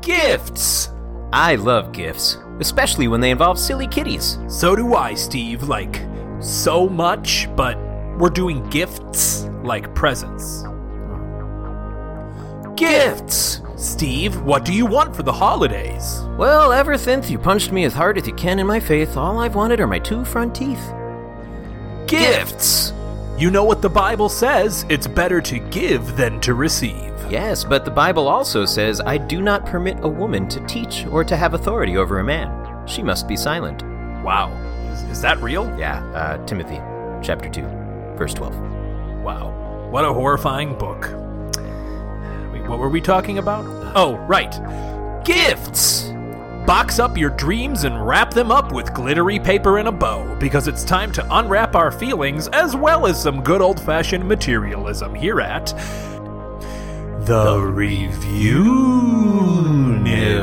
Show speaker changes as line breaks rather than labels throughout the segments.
Gifts! I love gifts, especially when they involve silly kitties.
So do I, Steve. Like, so much, but we're doing gifts like presents.
Gifts!
Steve, what do you want for the holidays?
Well, ever since you punched me as hard as you can in my face, all I've wanted are my two front teeth. Gifts!
You know what the Bible says it's better to give than to receive.
Yes, but the Bible also says, I do not permit a woman to teach or to have authority over a man. She must be silent.
Wow. Is, is that real?
Yeah, uh, Timothy, chapter 2, verse 12.
Wow. What a horrifying book. Wait, what were we talking about? Oh, right. Gifts! Box up your dreams and wrap them up with glittery paper and a bow, because it's time to unwrap our feelings as well as some good old fashioned materialism here at. The Review Universe.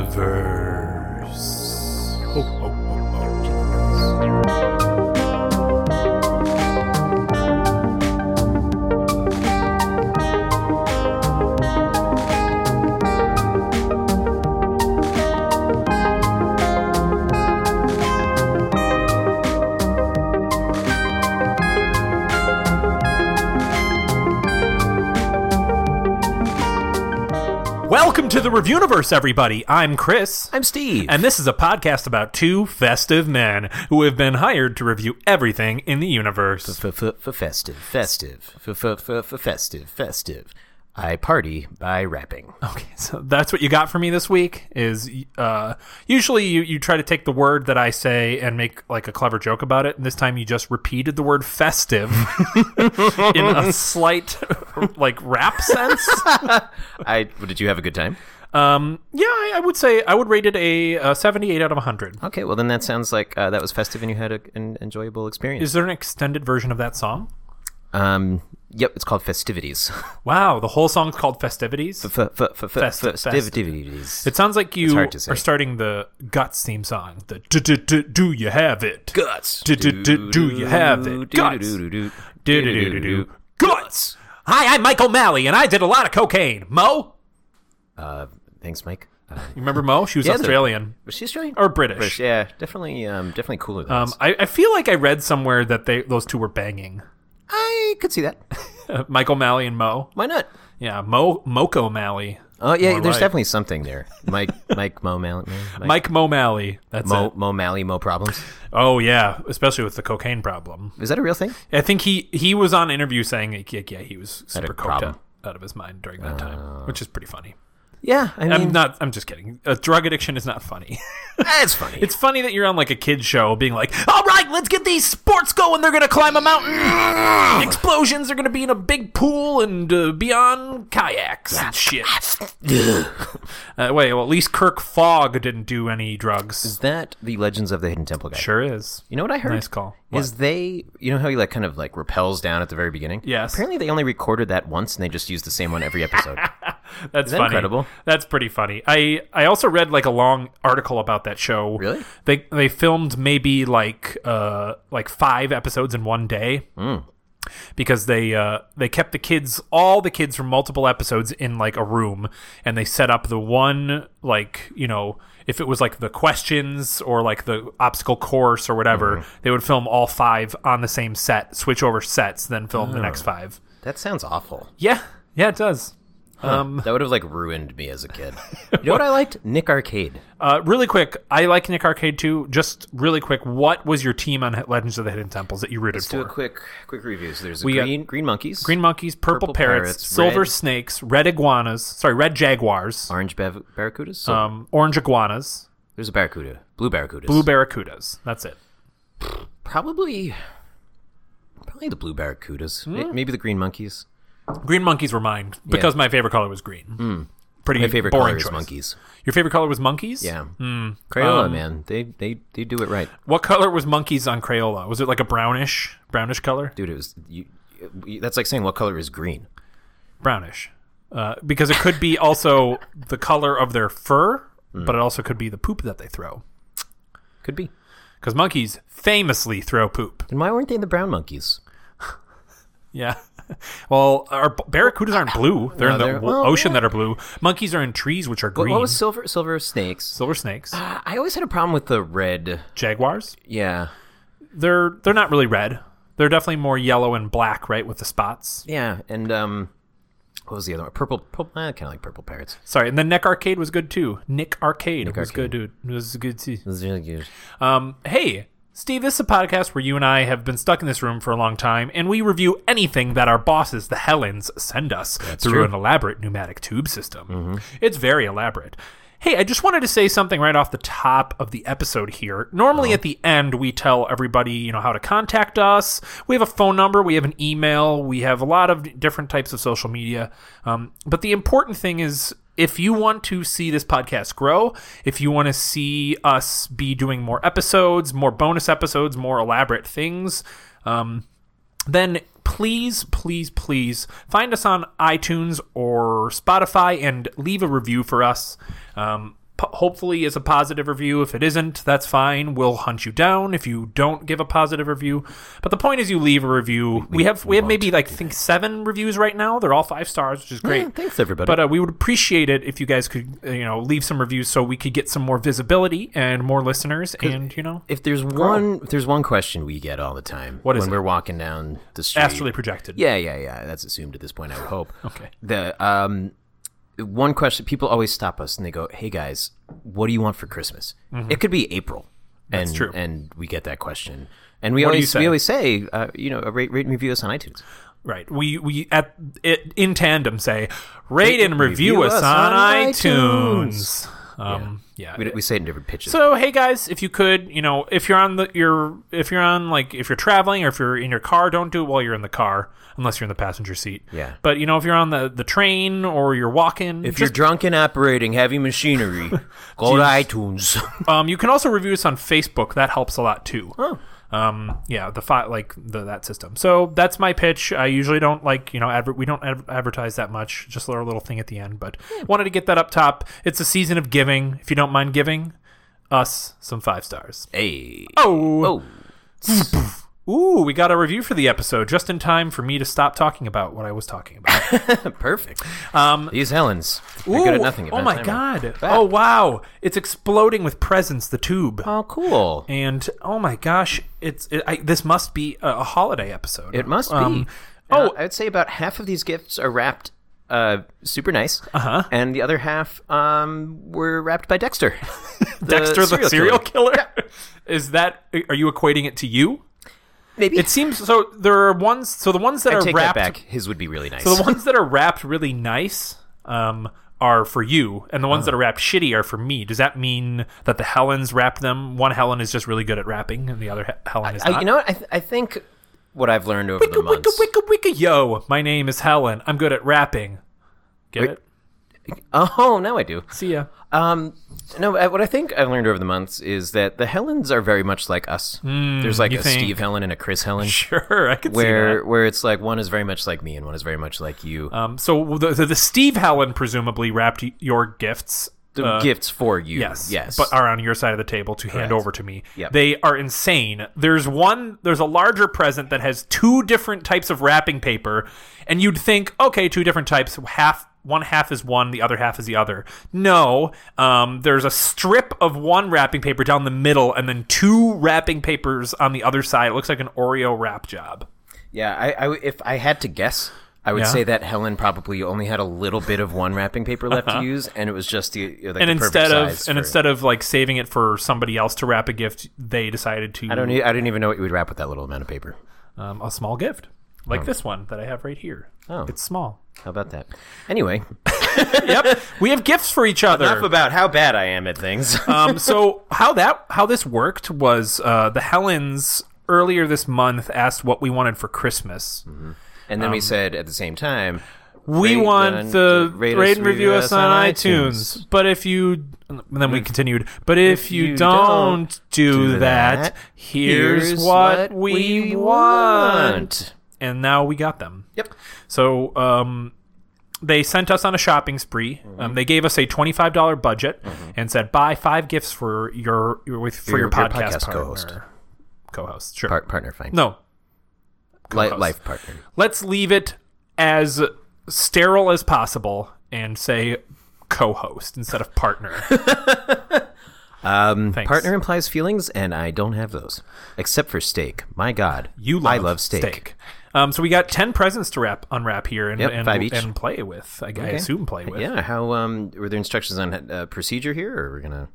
Welcome to the Review Universe, everybody. I'm Chris.
I'm Steve.
And this is a podcast about two festive men who have been hired to review everything in the universe.
F-f-f-festive, festive, f-f-f-festive, festive. I party by rapping.
Okay, so that's what you got for me this week. Is uh, usually you, you try to take the word that I say and make like a clever joke about it. And this time you just repeated the word festive in a slight like rap sense.
I did you have a good time?
Um, yeah, I, I would say I would rate it a, uh 78 out of 100.
Okay, well then that sounds like uh, that was festive and you had a, an enjoyable experience.
Is there an extended version of that song?
Um, yep, it's called festivities.
Wow, the whole song's called Festivities. Fest-
Festivities.
It sounds like you
hard to say.
are starting the Guts theme song. The do, do, do, do you have it?
Guts.
Do, do, do, do you have it? Guts. Do,
do,
do, do, do, do. Guts. Hi, I'm Mike O'Malley, and I did a lot of cocaine. Mo?
Uh, thanks, Mike. Uh,
You remember Mo? She was
Yeah, the-
Australian.
was she Australian
Or British.
Yeah, definitely, um, definitely cooler than
Um,
us.
I, I feel like I read somewhere that they those two were banging.
I could see that.
Mike O'Malley and Mo.
Why not?
Yeah, Mo Moco O'Malley.
Oh yeah,
All
there's
right.
definitely something there. Mike, Mike, Mo, Malley, Mike,
Mike Mo Malley. That's
Mo,
it.
Mo, Malley, Mo problems.
Oh yeah, especially with the cocaine problem.
Is that a real thing?
I think he he was on interview saying like, yeah, yeah he was super coked
problem.
up out of his mind during that time, which is pretty funny.
Yeah, I
I'm
mean,
not. I'm just kidding. Uh, drug addiction is not funny.
that's funny.
it's funny that you're on like a kids show, being like, "All right, let's get these sports going. They're gonna climb a mountain. Explosions are gonna be in a big pool and uh, be on kayaks and shit." Uh, wait, well, at least Kirk Fogg didn't do any drugs.
Is that the Legends of the Hidden Temple guy?
Sure is.
You know what I heard?
Nice call.
Is they, you know how he like kind of like repels down at the very beginning?
Yes.
Apparently, they only recorded that once, and they just used the same one every episode.
That's
that
funny.
incredible?
That's pretty funny. I I also read like a long article about that show.
Really?
They they filmed maybe like uh like five episodes in one day.
Mm.
Because they uh, they kept the kids all the kids from multiple episodes in like a room, and they set up the one like you know if it was like the questions or like the obstacle course or whatever,
Mm-hmm.
they would film all five on the same set, switch over sets, then film
Oh.
the next five.
that sounds awful.
Yeah, yeah, it does. Um,
That would have like ruined me as a kid. You know what I liked? Nick Arcade.
Uh, really quick, I like Nick Arcade too. Just really quick, what was your team on Legends of the Hidden Temples that you rooted
Do a
for?
quick, quick review. So there's
We got-
green, green monkeys,
Green monkeys, purple,
Purple
parrots,
parrots,
silver
red-
snakes, red iguanas. Sorry, red jaguars,
orange bav- barracudas. So
um, orange iguanas,
there's a barracuda, blue barracudas,
blue barracudas. That's it.
probably, probably the blue barracudas.
Hmm?
May- Maybe the green monkeys.
Green monkeys were mine because my favorite color was green. Pretty
Hmm. My favorite
boring
color is
choice. Hmm.
monkeys.
Your favorite color was monkeys.
Yeah, Crayola
Um,
man, they they they do it right,
What color was monkeys on Crayola? Was it like a brownish, brownish color?
dude. It was you. you- That's like saying what color is green.
brownish uh, because it could be also the color of their fur
Hmm.
but it also could be the poop that they throw
Could be.
because monkeys famously throw poop
Then why weren't they the brown monkeys?
yeah well, our b- barracudas aren't blue. They're
No,
in the
they're-
w-
well,
ocean
yeah.
that are blue. Monkeys are in trees, which are
What,
green.
what was silver silver snakes?
Silver snakes,
Uh, I I always had a problem with the red.
jaguars.
Yeah,
They're they're not really red. They're definitely more yellow and black, right, with the spots.
yeah, and um, what was the other one? Purple, purple kind of like purple parrots.
Sorry, and then Nick Arcade was good too. Nick Arcade was
Arcade.
good, dude. It was good too.
This is really good.
Um, hey, Steve, this is a podcast where you and I have been stuck in this room for a long time, and we review anything that our bosses, the Helens, send us through
true.
an elaborate pneumatic tube system. It's very elaborate. Hey, I just wanted to say something right off the top of the episode here. Normally at the end we tell everybody, you know, how to contact us. We have a phone number, we have an email, we have a lot of different types of social media. Um, but the important thing is if you want to see this podcast grow, if you want to see us be doing more episodes, more bonus episodes, more elaborate things, um, then please, please, please find us on iTunes or Spotify and leave a review for us. Um, p- hopefully, it's a positive review. If it isn't, that's fine. We'll hunt you down if you don't give a positive review. But the point is, you leave a review. We, have we have maybe like think seven reviews right now. They're all five stars, which is great.
Yeah, thanks everybody.
But uh, we would appreciate it if you guys could, uh, you know, leave some reviews so we could get some more visibility and more listeners. And you know,
if there's one, if there's one question we get all the time
Oh. What is
when
it?
we're walking down the street,
astrally projected.
Yeah, yeah, yeah. That's assumed at this point. I would hope.
Okay.
The um, one question people always stop us and they go, "Hey guys, what do you want for Christmas?" It could be April. That's and,
Mm-hmm. true.
And we get that question, and
do
we
you
always
say?
we always say, uh, you know, rate, rate and review us on iTunes.
Right. We we at it, in tandem say rate and review,
Review
us,
us
on,
on
iTunes. Um, yeah.
We, we say it in different pitches.
so hey guys, if you could, you know, if you're on the your if you're on like if you're traveling or if you're in your car, don't do it while you're in the car unless you're in the passenger seat.
Yeah.
But you know, if you're on the the train or you're walking,
if you're drunk and operating heavy machinery, go to iTunes.
Um, you can also review us on Facebook. That helps a lot too. Um, yeah, the fi- like the, that system. So that's my pitch. I usually don't like you know adver- we don't ad- advertise that much. Just our little thing at the end, but wanted to get that up top. It's a season of giving. If you don't mind giving us some five stars.
hey.
Oh,
Oh.
ooh, we got a review for the episode just in time for me to stop talking about what I was talking about.
Perfect. Um, These Helens, they're good at
Ooh,
nothing. if
Oh
not
my
timing.
god! Oh wow! It's exploding with presents. The tube.
Oh, cool.
and oh my gosh, it's it, I, this must be a, a holiday episode.
It must be.
Um,
oh,
oh.
I would say about half of these gifts are wrapped uh, super nice, uh-huh. and the other half um, were wrapped by Dexter. The
Dexter the serial
killer.
killer. Is that? Are you equating it to you?
Maybe
It seems so. There are ones. So the ones that
I
are
take
wrapped.
that back. His would be really nice.
So the ones that are wrapped really nice um, are for you, and the
Uh.
ones that are wrapped shitty are for me. Does that mean that the Helens wrap them? One Helen is just really good at wrapping, and the other he- Helen is
I-
not.
you know what? I, th- I think what I've learned over the
wicka, wicka,
months.
wicka, wicka, yo! My name is Helen. I'm good at rapping. Get
Wait.
it?
Oh, now I do.
See ya.
Um, no, I- what I think I've learned over the months is that the Helens are very much like us. There's like
Hmm, you
a
think?
Steve Helen and a Chris Helen.
Sure, I could see that.
Where, where it's like one is very much like me and one is very much like you.
Um, so the, the, the Steve Helen presumably wrapped y- your gifts.
the gifts for you.
uh, Yes,
Yes.
but are on your side of the table to hand over to me.
Yep.
They are insane. There's one. There's a larger present that has two different types of wrapping paper, and you'd think, okay, two different types. Half one half is one, the other half is the other. No, um, there's a strip of one wrapping paper down the middle, and then two wrapping papers on the other side. It looks like an Oreo wrap job.
Yeah, I, I w- if I had to guess, I would
Yeah.
say that Helen probably only had a little bit of one wrapping paper left to use, and it was just the like,
and
the perfect
instead of
size
and
for-
instead of like saving it for somebody else to wrap a gift, they decided to
I don't e- I didn't even know what you would wrap with that little amount of paper.
um, a small gift like this one that I have right here.
Oh.
It's small.
How about that? Anyway,
yep, we have gifts for each
enough
other.
about how bad I am at things.
um, so how that how this worked was uh, the Helens earlier this month asked what we wanted for Christmas.
and then
Um,
we said at the same time,
We
Rate
want
and-
the
rate
rate,
us,
and review us on, iTunes. But if you, and then we continued. But if, you,
you
don't,
don't
do
do
that,
that,
here's, what, we want.
want.
And now we got them.
Yep.
So um, they sent us on a shopping spree.
Mm-hmm.
Um, they gave us a twenty-five dollar budget and said buy five gifts for your, your with, for
Your-
your,
your
podcast,
podcast
partner.
co-host.
Co-host, sure.
Part, partner, fine.
No,
Li-
co-host.
life partner.
let's leave it as sterile as possible and say co-host instead of partner.
Um,
Thanks.
partner implies feelings, and I don't have those except for steak. My God,
You love
I love steak.
Um, so we got ten presents to wrap unwrap here and
Yep,
and,
five each.
and play with. I, I
Okay.
assume play with.
Yeah. How um were there instructions on uh, procedure here, or we're gonna?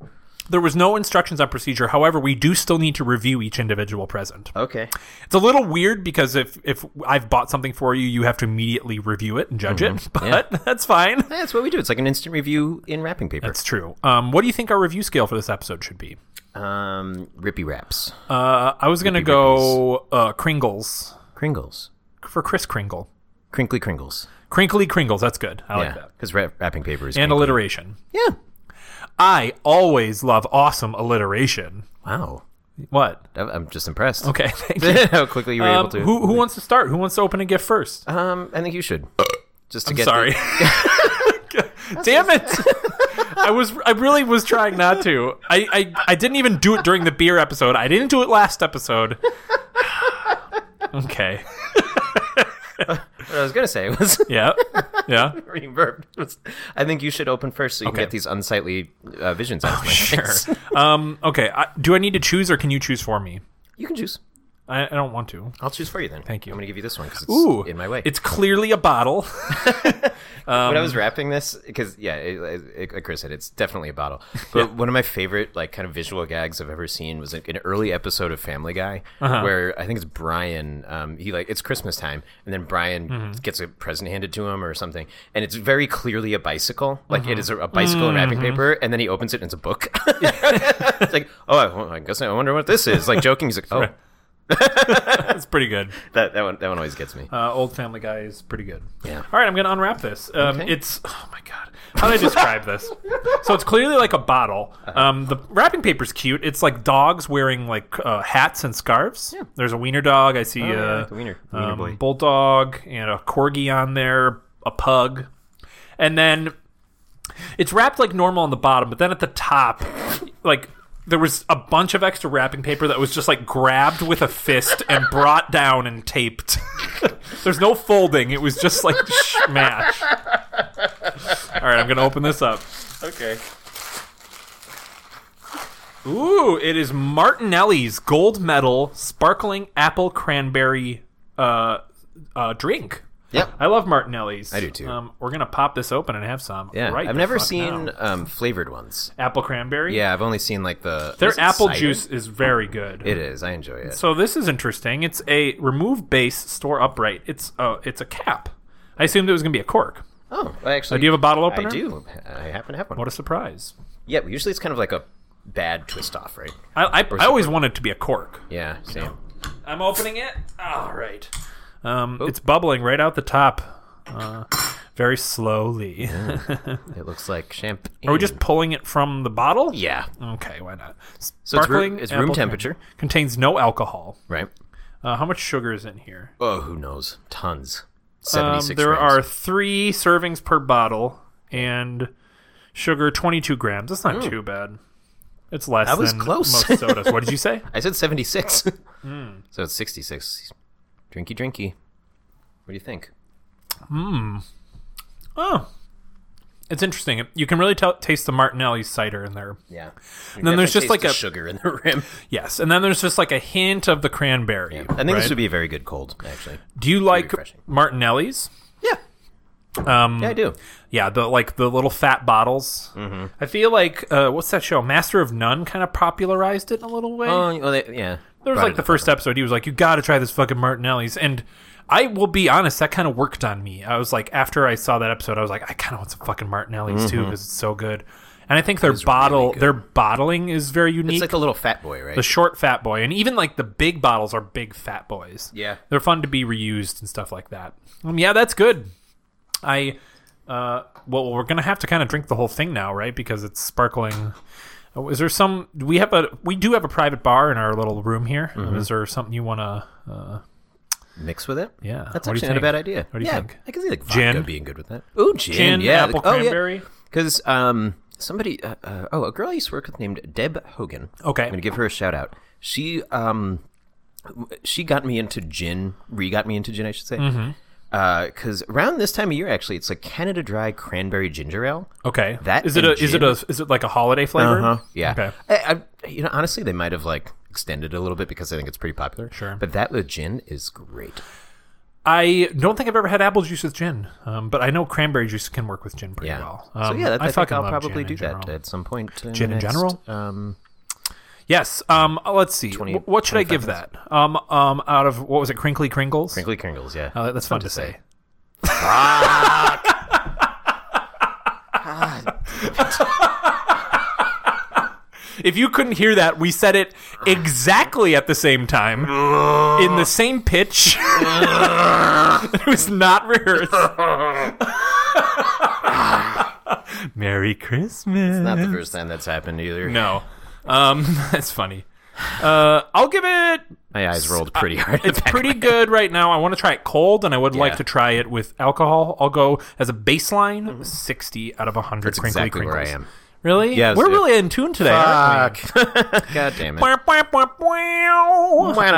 There was no instructions on procedure. However, we do still need to review each individual present.
Okay.
It's a little weird because if if I've bought something for you, you have to immediately review it and judge
Mm-hmm.
it. But that's fine.
That's what we do. It's like an instant review in wrapping paper.
That's true. Um, what do you think our review scale for this episode should be?
Um, Rippy wraps,
Uh, I was gonna
Rippy
go uh, Kringles
Kringles,
for Chris Kringle.
crinkly Kringles.
Crinkly Kringles. That's good. I like
Yeah,
that.
because wrap, wrapping paper is
And
crinkly.
alliteration.
yeah.
I always love awesome alliteration.
Wow.
What?
I- I'm just impressed.
Okay, thank you.
how quickly you were
Um,
able to.
who who wants to start? Who wants to open a gift first?
Um, I think you should. Just to
I'm
get.
sorry.
the-
Damn it! I was I really was trying not to. I, I I didn't even do it during the beer episode. I didn't do it last episode. okay.
what I was gonna say was
Yeah. Yeah.
reverb. was- I think you should open first, so you
Okay. Oh,
can get these unsightly uh, visions out. of my face.
Um. Okay. I, do I need to choose, or can you choose for me?
You can choose.
I, I don't want to.
I'll choose for you then.
Thank you.
I'm gonna give you this one because it's
Ooh,
in my way.
It's clearly a bottle.
when I
Um,
was wrapping this, because yeah, it, it, like Chris said, it's definitely a bottle. But one of my favorite like kind of visual gags I've ever seen was like, an early episode of Family Guy
Uh-huh.
where I think it's Brian. Um, he like it's Christmas time, and then Brian
Mm-hmm.
gets a present handed to him or something, and it's very clearly a bicycle. Like
Uh-huh.
it is a, a bicycle in wrapping
Mm-hmm.
paper, and then he opens it and it's a book. it's like oh, I, I guess I wonder what this is. Like joking, he's like oh.
That's pretty good.
That, that one that one always gets me.
Uh, old Family Guy is pretty good.
Yeah.
All right, I'm going to unwrap this. Um,
Okay.
It's oh my god, how do I describe this? So it's clearly like a bottle.
Uh-huh.
Um, the wrapping paper's cute. It's like dogs wearing like uh, hats and scarves. Yeah. There's a wiener dog. I see
Oh, yeah, I
a
like the wiener- wiener
um,
boy.
bulldog and a corgi on there, a pug, and then it's wrapped like normal on the bottom, but then at the top, like there was a bunch of extra wrapping paper that was just like grabbed with a fist and brought down and taped. There's no folding. It was just like smash. All right, I'm gonna open this up.
Okay.
Ooh, it is Martinelli's gold medal sparkling apple cranberry uh, uh, drink.
Yep.
I love Martinelli's. I
do too.
Um, we're gonna pop this open and have some.
Yeah,
right.
I've
the
never
fuck
seen
now.
um, flavored ones.
apple cranberry.
Yeah, I've only seen like the
Their
is it
apple
cider?
juice is very good.
It is. I enjoy it.
So this is interesting. It's a remove base, store upright. It's uh, it's a cap. I assumed it was gonna be a cork.
oh, I actually.
Do you have a bottle
I
opener?
do. I happen to have one.
What a surprise!
Yeah, but usually it's kind of like a bad twist off, right?
I I, I always wanted it to be a cork.
Yeah, same.
I'm opening it. All right. Um,
Oh.
it's bubbling right out the top, uh, very slowly.
Oh. It looks like champagne.
Are we just pulling it from the bottle?
Yeah,
Okay, why not?
So it's room-
Sparkling
it's room
apple
temperature.
cran- Contains no alcohol.
right.
Uh, how much sugar is in here?
Oh, who knows? Tons.
Um,
Seventy-six.
there
grams.
are three servings per bottle, and sugar twenty-two grams. That's not too bad. It's less.
Hmm. That was
than
close.
Most sodas. What did you say?
I said seventy-six.
Hmm.
So it's sixty-six. Drinky, drinky. What do you think?
Oh, it's interesting. You can really tell taste the Martinelli cider in there.
Yeah.
then there's just like a-
sugar in the rim.
Yes, and then there's just like a hint of the cranberry.
I think this would be a very good cold, actually.
Do you like
refreshing.
Martinelli's?
Yeah. Um, yeah, I do.
Yeah, the like the little fat bottles. Mm-hmm. I feel like uh, what's that show? Master of None kind of popularized it in a little way.
Oh, well, they, yeah.
there was
Brought
like
it
the
up.
first episode, he was like, "You got to try this fucking Martinelli's," and I will be honest, that kind of worked on me. I was like, after I saw that episode, I was like, I kind of want some fucking Martinelli's too
Mm-hmm.
because it's so good. And I think their bottle,
good.
their bottling is very unique.
It's like the little fat boy, right?
the short fat boy, and even like the big bottles are big fat boys.
Yeah.
they're fun to be reused and stuff like that. Um, yeah, that's good. I, uh, well, we're gonna have to kind of drink the whole thing now, right? Because it's sparkling. Oh, Is there some? do We have a we do have a private bar in our little room here. Um,
Mm-hmm.
Is there something you wanna? Uh,
Mix with it.
Yeah.
that's
What do you
actually not a
think?
bad idea.
What do you
yeah,
think?
I can see like vodka
Gin?
being good with that. Ooh, gin,
Gin,
yeah,
apple
oh, yeah.
cranberry?
Because um, somebody, uh, uh, oh, a girl I used to work with named Deb Hogan.
Okay.
I'm gonna give her a shout out.
Mm-hmm.
She um, she got me into gin. Re got me into gin, I should say. because around this time of year, actually, it's like Canada Dry Cranberry Ginger Ale.
Okay.
That
is it. A,
and Uh-huh.
is it a? Is it like a holiday flavor?
Yeah.
Uh-huh. Okay.
I, I, you know, honestly, they might have like extended it a little bit because I think it's pretty popular.
Sure.
But that with gin is great.
I don't think I've ever had apple juice with gin, um, but I know cranberry juice can work with gin pretty
Yeah.
well.
so
Um,
yeah, that's, I, think
fucking
I'll
love
probably
gin
do
in
that
general.
at some point. uh,
Gin in
next,
general?
Um,
Yes. Um. Let's see.
20
Wh- what should I give
25
that? Um. Um. Out of what was it? Crinkly crinkles.
Crinkly Kringles, yeah.
Uh, that's fun, to say. If you couldn't hear that, we said it exactly at the same time, in the same pitch. it was not rehearsed. Merry Christmas.
Not the first time that's happened either.
no, um, that's funny. Uh, I'll give it.
My eyes rolled pretty hard.
It's pretty good right now. I want to try it cold, and I would
Yeah.
like to try it with alcohol. I'll go as a baseline sixty out of hundred. That's crinkly
Mm-hmm. exactly where
crinkles.
I am.
Really?
Yes,
We're
yeah.
really in tune today. aren't we?
God damn it.
We're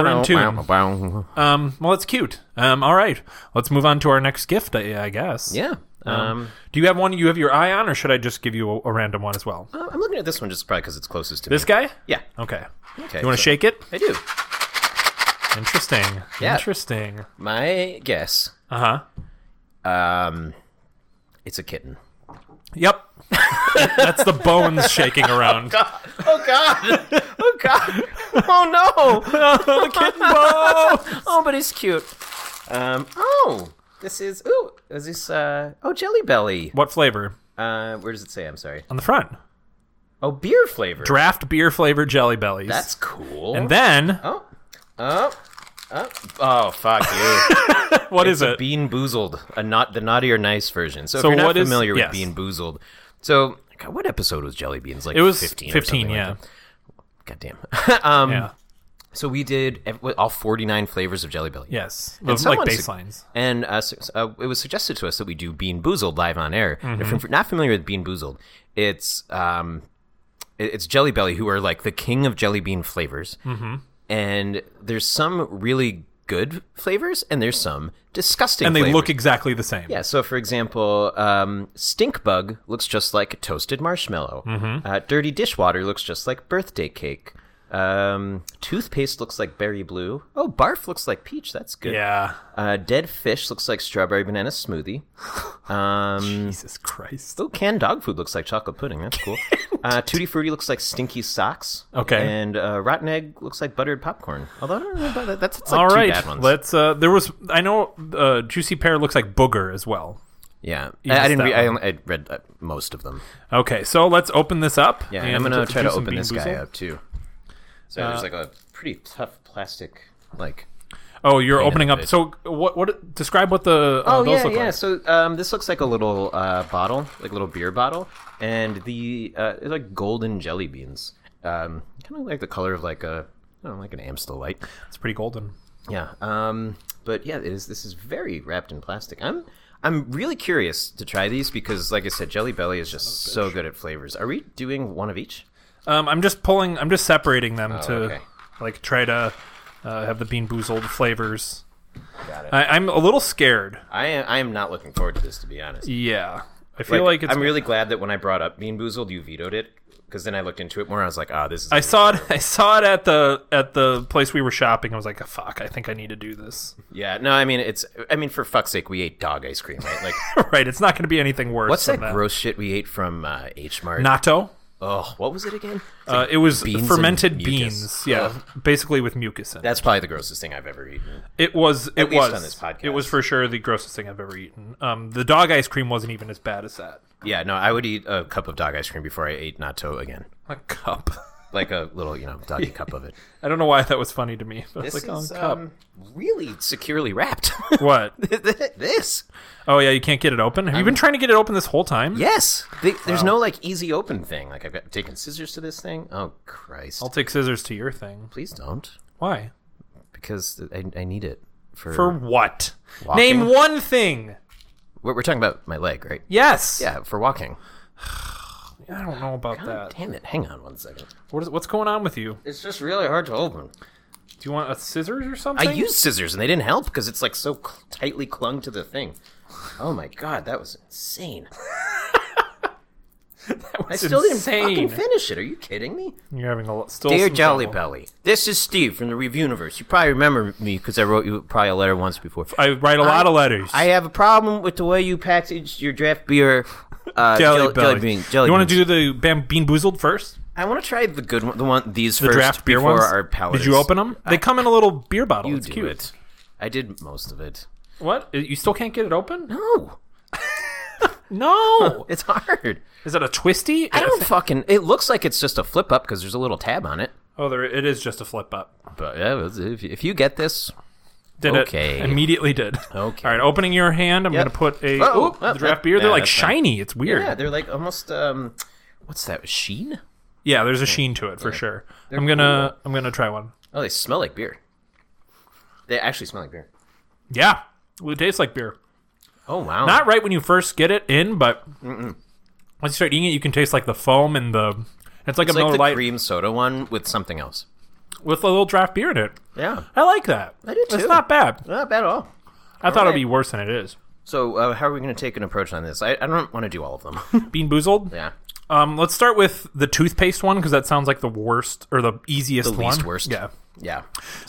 in tune. Um, well, it's cute. Um, all right, let's move on to our next gift, I, I guess.
Yeah. Um,
Do you have one you have your eye on, or should I just give you a, a random one as well?
uh, I'm looking at this one just probably because it's closest to
This
me.
guy?
Yeah.
Okay.
Okay,
You want to
so-
shake it?
I do.
Interesting.
Yeah.
Interesting.
My guess.
Uh huh.
Um, it's a kitten.
Yep. That's the bones shaking around.
Oh God! Oh God! Oh no!
Kitten bones.
Oh, but it's cute. Um. Oh, this is. Ooh, is this? Uh. Oh, Jelly Belly.
What flavor?
Uh. Where does it say? I'm sorry.
On the front.
Oh, beer flavor.
Draft beer flavored jelly bellies.
That's cool.
and then
Oh. Oh. Oh. Oh. Fuck you.
what is
it's a
it?
Bean Boozled, a not the naughty or nice version. So,
So
if you're not
what is-
familiar with
yes.
Bean Boozled, so God, what episode was Jelly Beans? Like
it was 15.
fifteen. or something like
yeah.
that. God damn. um,
yeah.
So we did ev- all 49 flavors of Jelly Belly.
Yes.
And
Those like
someone sug-
baselines.
And uh, su- uh, it was suggested to us that we do Bean Boozled live on air. And
Mm-hmm.
If you're not familiar with Bean Boozled, it's um, it- it's Jelly Belly who are like the king of jelly bean flavors. Mm-hmm. And there's some really good flavors, and there's some disgusting.
and they
flavors.
look exactly the same.
Yeah, so for example, um, stink bug looks just like toasted marshmallow.
Mm-hmm.
Uh, dirty dishwater looks just like birthday cake. Um, toothpaste looks like berry blue. Oh, barf looks like peach. That's good.
Yeah.
Uh, dead fish looks like strawberry banana smoothie. Um,
Jesus Christ.
oh, canned dog food looks like chocolate pudding. That's cool. Uh, Tutti Frutti looks like stinky socks.
Okay.
And uh, rotten egg looks like buttered popcorn. Although I don't know about that. That's, that's like
All
two
right.
bad ones.
Let's uh there was I know uh juicy pear looks like booger as well.
yeah.
You
I, I
missed
didn't.
that
Re-
one.
I, only, I read uh, most of them.
Okay, so let's open this up.
Yeah, and I'm gonna
let's
try
do
to
some
open
Bean Uh,
this guy
Boozled.
up too. So there's like a pretty tough plastic, like.
Oh, you're opening up.
bitch.
So what what describe what the uh,
Oh
those
yeah,
look
yeah.
like.
So um, this looks like a little uh, bottle, like a little beer bottle, and the uh, it's like golden jelly beans, um, kind of like the color of like a, I don't know, like an Amstel light.
It's pretty golden.
Yeah. Um, but yeah, it is, this is very wrapped in plastic. I'm I'm really curious to try these because, like I said, Jelly Belly is just so good at flavors. Are we doing one of each?
Um I'm just pulling I'm just separating them to
Oh, okay.
like try to uh, have the bean boozled flavors.
Got it.
I, I'm a little scared.
I am, I am not looking forward to this, to be honest.
Yeah. I feel like, it's
I'm really glad that when I brought up Bean Boozled, you vetoed it because then I looked into it more. and I was like, ah, this is.
I saw it. I saw it at the at the place we were shopping. I was like, "Ah, "Fuck! I think I need to do this."
yeah, no, I mean it's. I mean for fuck's sake, we ate dog ice cream, right? Like,
right. It's not going to be anything worse.
what's
than
that gross shit we ate from uh, H Mart?
Natto.
oh, what was it again?
Uh, it was
beans and
fermented
mucus. Oh.
beans. Yeah, basically with mucus in. it.
That's probably the grossest thing I've ever eaten.
It was. It
least
was.
on this podcast.
It was for sure the grossest thing I've ever eaten. Um, the dog ice cream wasn't even as bad as that.
Yeah, no, I would eat a cup of dog ice cream before I ate natto again,
A cup.
like a little, you know, doggy cup of it.
I don't know why that was funny to me. But
This
it's like,
is
oh, cup.
um, really securely wrapped.
what?
this,
Oh yeah, you can't get it open. Have you been trying to get it open this whole time?
yes, They- there's no like easy open thing. Like I've got taken scissors to this thing. Oh Christ!
I'll take scissors to your thing.
Please don't,
Why?
because I, I need it for,
For what?
Walking.
Name one thing.
We're, we're talking about my leg, right?
Yes.
Yeah, for walking.
I don't know about that.
Damn it! Hang on one second.
What is, what's going on with you?
It's just really hard to open.
Do you want a scissors or something?
I used scissors and they didn't help because it's like so cl- tightly clung to the thing. Oh my god, that was insane.
That
I
was
still
insane.
didn't fucking finish it. Are you kidding me?
You're having a lo- still
Dear
some
Jolly
trouble.
Belly, this is Steve from the Review Universe. You probably remember me because I wrote you probably a letter once before.
I write a lot of letters.
I have a problem with the way you packaged your draft beer. Uh,
jelly,
jell-
belly.
jelly bean. Jelly
you want to
beans.
do the bam, bean boozled first?
I want to try the good one, the one these
The
first
draft beer
before
ones.
our paladins.
Did you open them?
I-
they come in a little beer bottle.
you
it's
do
cute.
it. I did most of it.
What? You still can't get it open?
No,
No.
it's hard.
Is it a twisty?
I don't fucking. It looks like it's just a flip up because there's a little tab on it.
Oh, there. It is just a flip up.
But yeah, it was- if, if you get this,
Did
Okay.
it? Immediately did.
Okay.
All right. Opening your hand. I'm
Yep.
gonna put a.
Oh,
Oh,
oh,
the draft
that-
beer.
yeah,
They're like
that's
shiny. It's weird.
yeah, they're like almost um, what's that? Sheen?
Yeah, there's a sheen to it for sure. I'm gonna I'm gonna try one.
Oh, they smell like beer. They actually smell like beer.
Yeah, well, it tastes like beer.
Oh wow!
Not right when you first get it in, but once you start eating it, you can taste like the foam and the. It's like
it's
a
like
Miller
the
Lite
cream soda one with something else.
with a little draft beer in it.
Yeah,
I like that. I
do
It's
too.
not bad.
not bad at all.
I thought
right.
it'd be worse than it is.
So, uh, how are we going to take an approach on this? I, I don't want to do all of them.
Bean boozled.
yeah,
Um, let's start with the toothpaste one because that sounds like the worst or the easiest
the
one.
least worst.
Yeah.
yeah.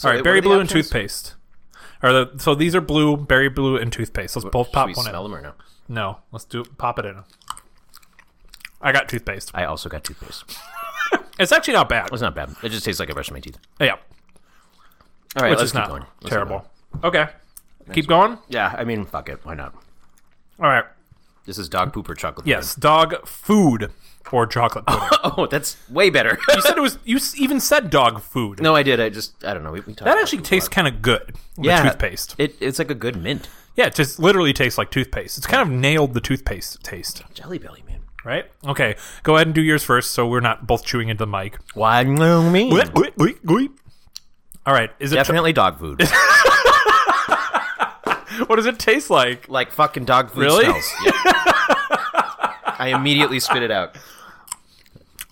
All right, berry blue and toothpaste. Are the so these are blue, berry blue, and toothpaste. Let's both
Pop
pop
we
one
smell
in.
them or no?
No, let's do pop it in. I got toothpaste.
I also got toothpaste.
It's actually not bad.
It's not bad. It just tastes like I brushed my teeth.
Yeah,
All right,
which
let's
is
keep
not
going. Let's keep
terrible.
going.
Okay, keep going. All
Yeah, I mean, fuck it. Why not?
right.
This is dog poop or chocolate.
Yes, dog food or chocolate pudding.
pudding. Oh, that's way better.
you said it was. You s- even said dog food.
no, I did. I just I don't know. We, we talked
that
about
actually
poop a
tastes
lot.
kind of good. The toothpaste.
It, it's like a good mint
Yeah, it just literally tastes like toothpaste. It's kind of nailed the toothpaste taste,
jelly belly, man.
right? Okay, go ahead and do yours first, so we're not both chewing into the mic.
Why no me?
All right, is it?
Definitely dog food.
what does it taste like?
like fucking dog food
Really?
smells. Yeah. I immediately spit it out.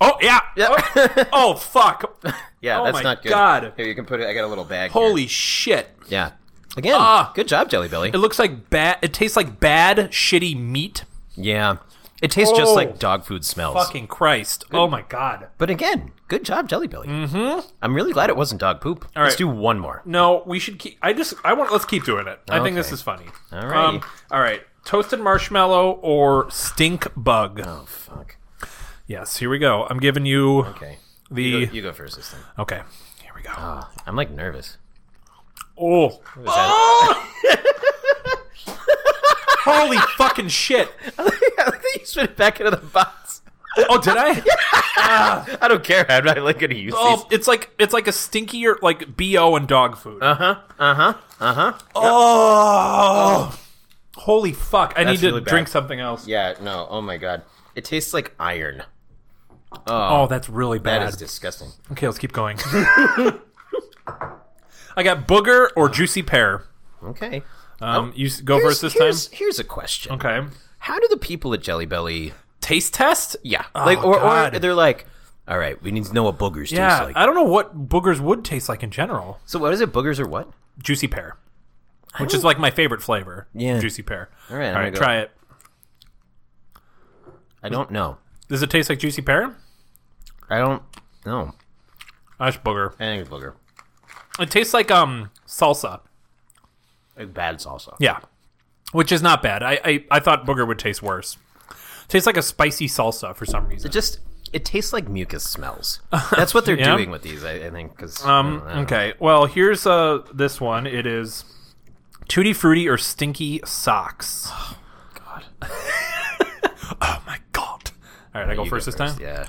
Oh yeah. Oh, oh, fuck.
Yeah,
Oh
that's
my
not good.
God.
Here, you can put it. I got a little bag. here.
Holy shit.
Yeah. Again,
Ah.
good job, Jelly Belly.
It looks like bad. It tastes like bad, shitty meat.
Yeah. It tastes just
Oh.
like dog food smells.
Fucking Christ! Oh my God!
But again, good job, Jelly Belly. Mm-hmm. I'm really glad it wasn't dog poop. Let's
right.
do one more.
No, we should keep. I just I want. Let's keep doing it. I think this
Okay.
is funny.
All right.
Um, all right. Toasted marshmallow or stink bug.
Oh fuck.
Yes. Here we go. I'm giving you
Okay.
the.
You Ah. go, you go first this time.
okay. Here we go.
I'm like nervous.
oh. Oh! Holy fucking shit!
I think you spit it back into the box.
Oh, did I?
I don't care. I'm not like, gonna use
Oh, it's like it's like a stinkier like bo and dog food. Uh huh.
Uh-huh,
Uh huh. Uh huh. Oh. Holy fuck! I need to
really bad.
drink something else.
these. Yeah. No. Oh my god. It tastes like iron.
Oh, that's really
That is
bad.
disgusting.
Okay, let's keep going. I got booger or juicy pear.
Okay. Oh.
Um, you s- go first this
here's,
time.
Here's a question.
Okay.
How do the people at Jelly Belly?
Taste test.
Yeah. like or, or
Oh, God.
they're like, all right, we need to know what boogers
Yeah,
taste like.
I don't know what boogers would taste like in general.
so what is it? Boogers or what?
Juicy pear, which is like my favorite flavor.
Oh. Yeah.
juicy pear.
All right, I'm
All
gonna
right,
go-
try it.
I don't know.
Does it taste like juicy pear?
I don't know.
That's booger.
I think it's booger.
It tastes like um salsa.
Like bad salsa.
Yeah, which is not bad. I I, I thought booger would taste worse. Tastes like a spicy salsa for some reason.
Just it tastes like mucus smells. That's what they're
Yeah.
doing with these, I, I think. Because
Um. Okay. Well, here's uh this one. It is tutti frutti or stinky socks. Oh God. oh my God. All right, I go first this time.
Yeah.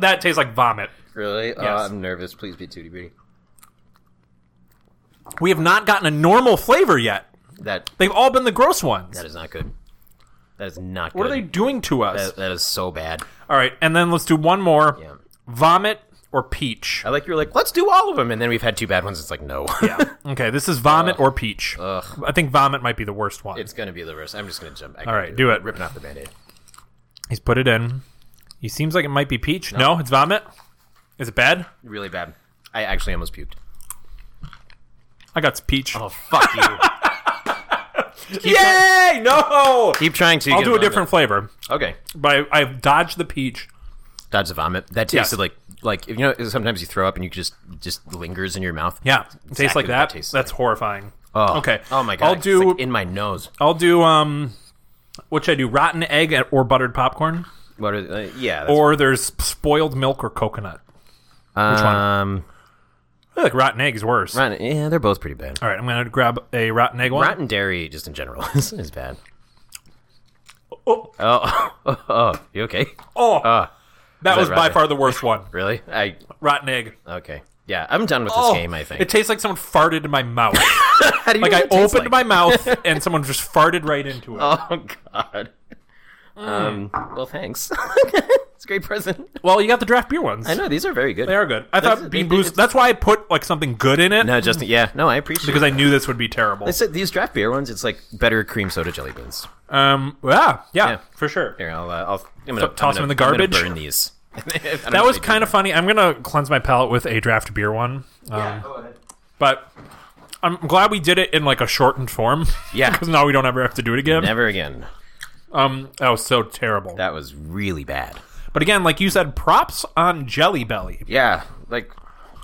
That tastes like vomit.
Really? Oh,
Yes.
I'm nervous. Please be Tutti Frutti.
We have not gotten a normal flavor yet.
That
They've all been the gross ones.
that is not good. That is not good.
what are they doing to us?
That, that is so bad.
all right, and then let's do one more.
Yeah.
Vomit or peach.
I like you're like, let's do all of them, and then we've had two bad ones. It's like, no. Yeah.
Okay, this is vomit or peach. I think vomit might be the worst one.
it's gonna be the worst. I'm just gonna jump. I
all
gotta
right, do it.
Ripping off the band-aid.
He's put it in. He seems like it might be peach. No, it's vomit. Is it bad?
Really bad. I actually almost puked.
I got peach.
Oh fuck you!
Yay! no.
Keep trying to.
I'll
get
do a
vomit.
different flavor,
Okay,
but I, I've dodged the peach.
dodge the vomit. That
Yes.
tasted like like you know sometimes you throw up and you just just lingers in your mouth.
Yeah, it tastes
Exactly
like
what
that.
that tastes
That's horrifying.
Oh.
Okay.
Oh my god.
I'll
it's
do.
like in my nose.
I'll do. Um, what should I do? Rotten egg or buttered popcorn,
What are uh, yeah? That's,
or there's spoiled milk or coconut.
which
one?
Um,
I feel like rotten egg is worse.
rotten, yeah, they're both pretty bad.
All right, I'm gonna grab a rotten egg one.
Rotten dairy, just in general, is, is bad.
Oh.
Oh, oh, oh, you okay?
Oh,
Oh,
that was by
rotten?
far the worst one.
really? I
Rotten egg.
okay. Yeah, I'm done with this
Oh,
game. I think.
it tastes like someone farted in my mouth.
How do you
like
know
I
what it tastes
opened my mouth and someone just farted right into it.
Oh God. Um. Well, thanks. it's a great present.
well, you got the draft beer ones.
I know these are very good.
They are good. I
That's-
thought
they-
Bean Boozled.
it's-
That's why I put like something good in it
No, Justin. Yeah. No, I appreciate.
because
it.
I knew this would be terrible.
I said these draft beer ones. It's like better cream soda jelly beans.
Um, yeah, yeah,
Yeah.
for sure.
Here, I'll. Uh, I'll I'm gonna,
toss
I'm
them in
gonna-
the
I'm gonna
garbage?
burn these.
That was kind of funny. I'm gonna cleanse my palate with a draft beer one. Um, but I'm glad we did it in like a shortened form.
Yeah.
because now we don't ever have to do it again.
Never again.
Um, that was so terrible.
That was really bad.
but again, like you said, props on Jelly Belly.
Yeah, like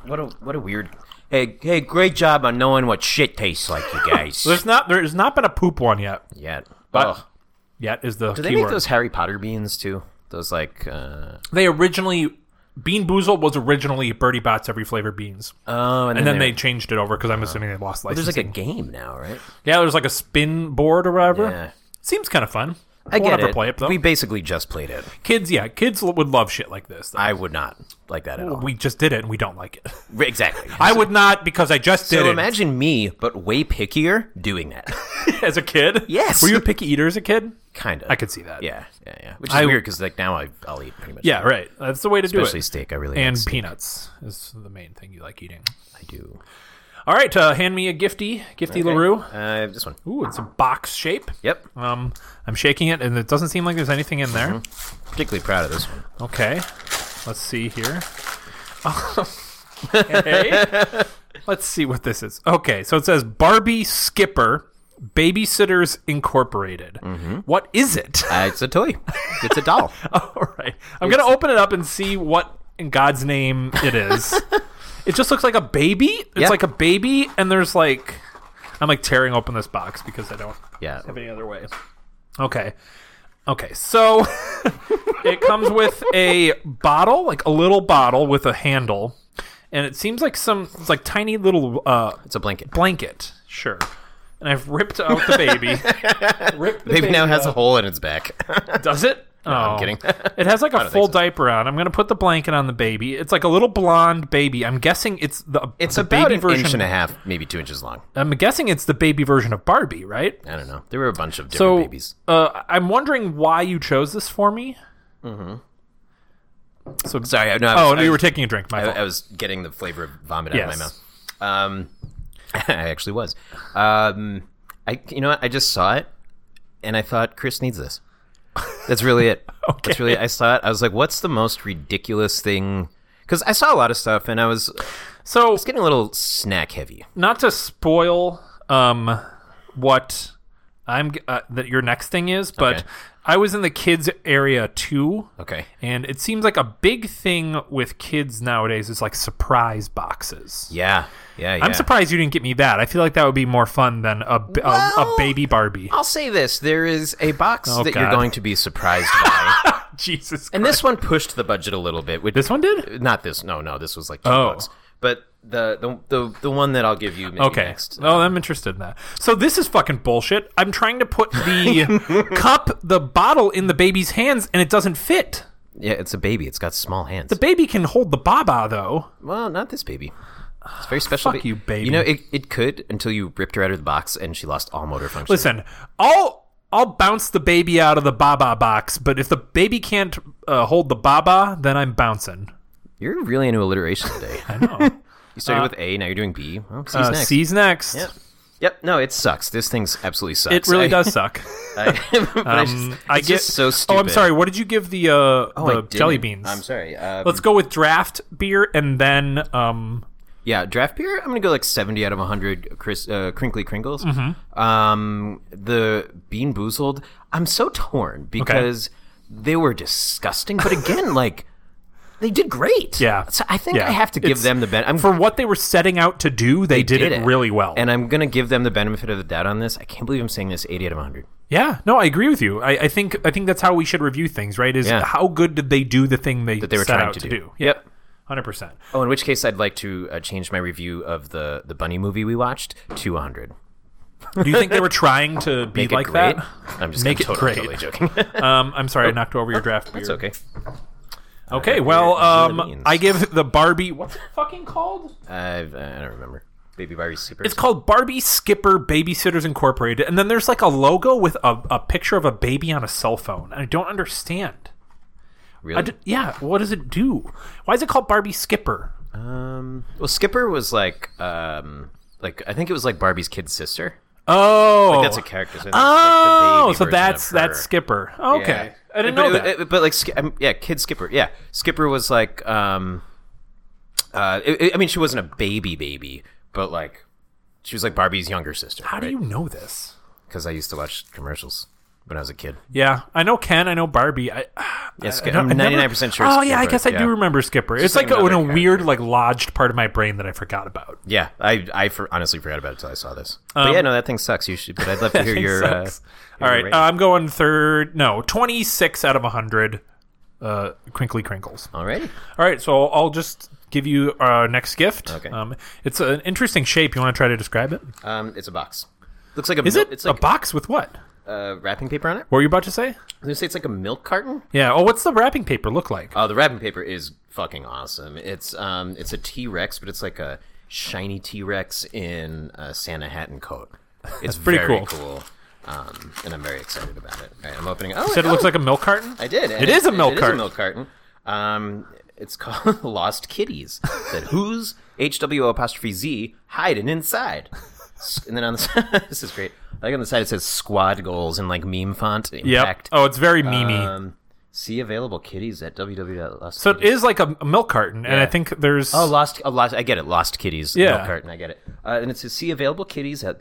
what a what a weird. Hey, hey, great job on knowing what shit tastes like, you guys.
There's not there's not been a poop one yet.
yeah,
But-
Ugh.
Yet is the
do they
keyword.
make those Harry Potter beans too? Those like, uh,
They originally Bean Boozled was originally Birdie Bots Every Flavor Beans,
oh,
and then they changed it over because I'm assuming they lost
there's
license.
like a game now, right?
yeah, there's like a spin board or whatever.
Yeah.
Seems kind of fun.
I
We'll
get
have
it.
to play it though.
We basically just played it.
kids, yeah, kids l- would love shit like this. though.
I would not like that at all.
we just did it and we don't like it.
exactly.
Oh. I would not because I just did
so
it
imagine me, but way pickier, doing that.
as a kid.
Yes.
were you a picky eater as a kid?
kind of.
I could see that.
Yeah, yeah, yeah. Which is
I-
weird because like now I, I'll eat pretty much.
yeah, right. That's the way to
especially
do it.
steak. I really
And
like steak.
peanuts is the main thing you like eating.
I do.
All right, uh, hand me a gifty, gifty Larue.
Uh, this one.
Ooh, it's a box shape.
Yep.
Um, I'm shaking it, and it doesn't seem like there's anything in
Mm-hmm.
there.
Particularly proud of this one.
Okay, let's see here. Okay. let's see what this is. Okay, so it says Barbie Skipper Babysitters Incorporated. What is it?
Uh, it's a toy. It's a doll.
All right, I'm gonna open it up and see what in God's name it is. it just looks like a baby. It's
Yeah.
like a baby, and there's like, I'm like tearing open this box because I don't
yeah.
have any other way. Okay. Okay. So it comes with a bottle, like a little bottle with a handle, and it seems like some it's like tiny little uh,
It's a blanket.
blanket. Sure. And I've ripped out the baby. ripped the
Baby now has a
out.
hole in its back.
Does it? No,
I'm kidding.
it has like a
think
full
so.
diaper on. I'm gonna put the blanket on the baby. It's like a little blonde baby. I'm guessing it's the
It's
the
about
baby
an
version.
inch and a half, maybe two inches long.
I'm guessing it's the baby version of Barbie, right?
I don't know. There were a bunch of different
So,
babies.
uh, I'm wondering why you chose this for me. Mm-hmm. So
Sorry, I- no, I was,
Oh,
I,
and you were
was-
taking a drink, my
I,
fault.
I was getting the flavor of vomit out of
Yes.
my mouth. Um, I actually was. Um, I, you know, what? I just saw it, and I thought Chris needs this. That's really it. That's really. I saw it. I was like, "What's the most ridiculous thing?" Because I saw a lot of stuff, and I was
So,
it's getting a little snack heavy.
not to spoil um, what I'm g- uh, that your next thing is, but
Okay.
I was in the kids area too.
Okay.
And it seems like a big thing with kids nowadays is like surprise boxes.
Yeah. Yeah. yeah.
I'm surprised you didn't get me that. I feel like that would be more fun than a, b- a- a
Well-
baby Barbie.
I'll say this: there is a box that you're
Oh, God.
going to be surprised by,
Jesus.
and this one pushed the budget a little bit. Which
this one did?
not this. No, no, this was like two
Oh.
bucks. But the, the the the one that I'll give you maybe
Okay.
next.
Oh, I'm interested in that. So this is fucking bullshit. I'm trying to put the cup, the bottle in the baby's hands, and it doesn't fit.
Yeah, it's a baby. It's got small hands.
The baby can hold the baba though.
well, not this baby. It's a very special.
Fuck you, baby.
You know, it, it could until you ripped her out of the box and she lost all motor function.
Listen, I'll I'll bounce the baby out of the baba box, but if the baby can't uh, hold the baba, then I'm bouncing.
You're really into alliteration today.
I know.
you started with A, now you're doing B. Well, C's
Uh,
next.
C's next.
Yeah. Yep. No, it sucks. This thing's absolutely sucks.
It really
I-
does suck.
I, but I, just,
Um,
it's
I get
just so stupid.
Oh, I'm sorry. What did you give the uh,
Oh, I
the jelly
didn't.
beans?
I'm sorry. Um,
Let's go with draft beer and then um
Yeah, draft beer. I'm gonna go like 70 out of 100. Chris, uh, crinkly crinkles.
Mm-hmm.
Um, the bean boozled. I'm so torn because they were disgusting, but again, like they did great.
Yeah.
so I think
yeah.
I have to give
It's-
them the benefit. I'm
for what they were setting out to do. They, did,
did
it, really well.
and I'm gonna give them the benefit of the doubt on this. I can't believe I'm saying this 80 out of 100.
yeah, no, I agree with you. I, I think I think that's how we should review things, right? Is
Yeah.
how good did they do the thing they,
they were
set
trying
out
to
to,
do.
do? Yep, hundred percent.
Oh, in which case, I'd like to uh, change my review of the the bunny movie we watched to 100.
Do you think they were trying to be
Make it
like
great.
that?
I'm just
Make
I'm
it
totally,
great.
totally joking.
Um, I'm sorry, I knocked over your draft beer.
it's okay.
Okay, well,
jelly
um,
beans.
I give the Barbie. What's it fucking called?
I've, I don't remember. Baby Barbie Super.
It's called Barbie Skipper Babysitters Incorporated, and then there's like a logo with a, a picture of a baby on a cell phone. I don't understand.
really.
I d- yeah, what does it do? Why is it called Barbie Skipper?
Um, well, Skipper was like, um, like I think it was like Barbie's kid sister.
Oh,
That's a character. So I think it's,
oh,
like the
so
baby version
that's
of her.
that's Skipper. Okay, I didn't know
but,
that.
it- it- but like, Sk- um, yeah, kid Skipper. Yeah, Skipper was like, um, uh, it- it- I mean, she wasn't a baby baby, but like, she was like Barbie's younger sister.
How do you know this?
Because I used to watch commercials when I was a kid.
Yeah, I know Ken. I know Barbie. I,
Yeah, Sk-
I
I'm
never-
99 percent sure.
Oh yeah, I
Skipper,
guess I
yeah.
do remember Skipper. It's like,
like
a, in a
another
weird, like lodged part of my brain that I forgot about.
Yeah, I, I for- honestly forgot about it until I saw this. but yeah, no, that thing sucks. You should. But I'd love to hear
It
your. Uh,
Um, sucks. All right,
rating.
uh, I'm going third. No, 26 out of 100. Uh, crinkly crinkles.
Alrighty.
All right, so I'll just give you our next gift.
Okay.
Um, it's an interesting shape. You want to try to describe it?
Um, it's a box. Looks like a.
Is
mil-
it
It's like
a box with what?
uh, wrapping paper on it.
What were you about to say?
I was gonna say it's like a milk carton.
Yeah. Oh, what's the wrapping paper look like?
Oh, the wrapping paper is fucking awesome. It's um, it's a T Rex, but it's like a shiny T Rex in a Santa hat and coat. It's
pretty
very
cool.
cool. Um, and I'm very excited about it. All right, I'm opening. it. Oh,
Said it
oh,
looks like a milk carton.
I did.
It is a milk
It is a
carton.
milk carton. Um, it's called Lost Kitties. That who's H W O apostrophe Z hiding inside. S- And then on the side, this is great. Like on the side it says squad goals in like meme font.
Yep.
Impact.
Oh, it's very memey.
Um, see available kitties at www.lost.
so it is like a, a milk carton, and I think there's.
Oh, lost, oh, lost. I get it. Lost kitties.
Yeah.
Milk carton. I get it. Uh, and it says see available kitties at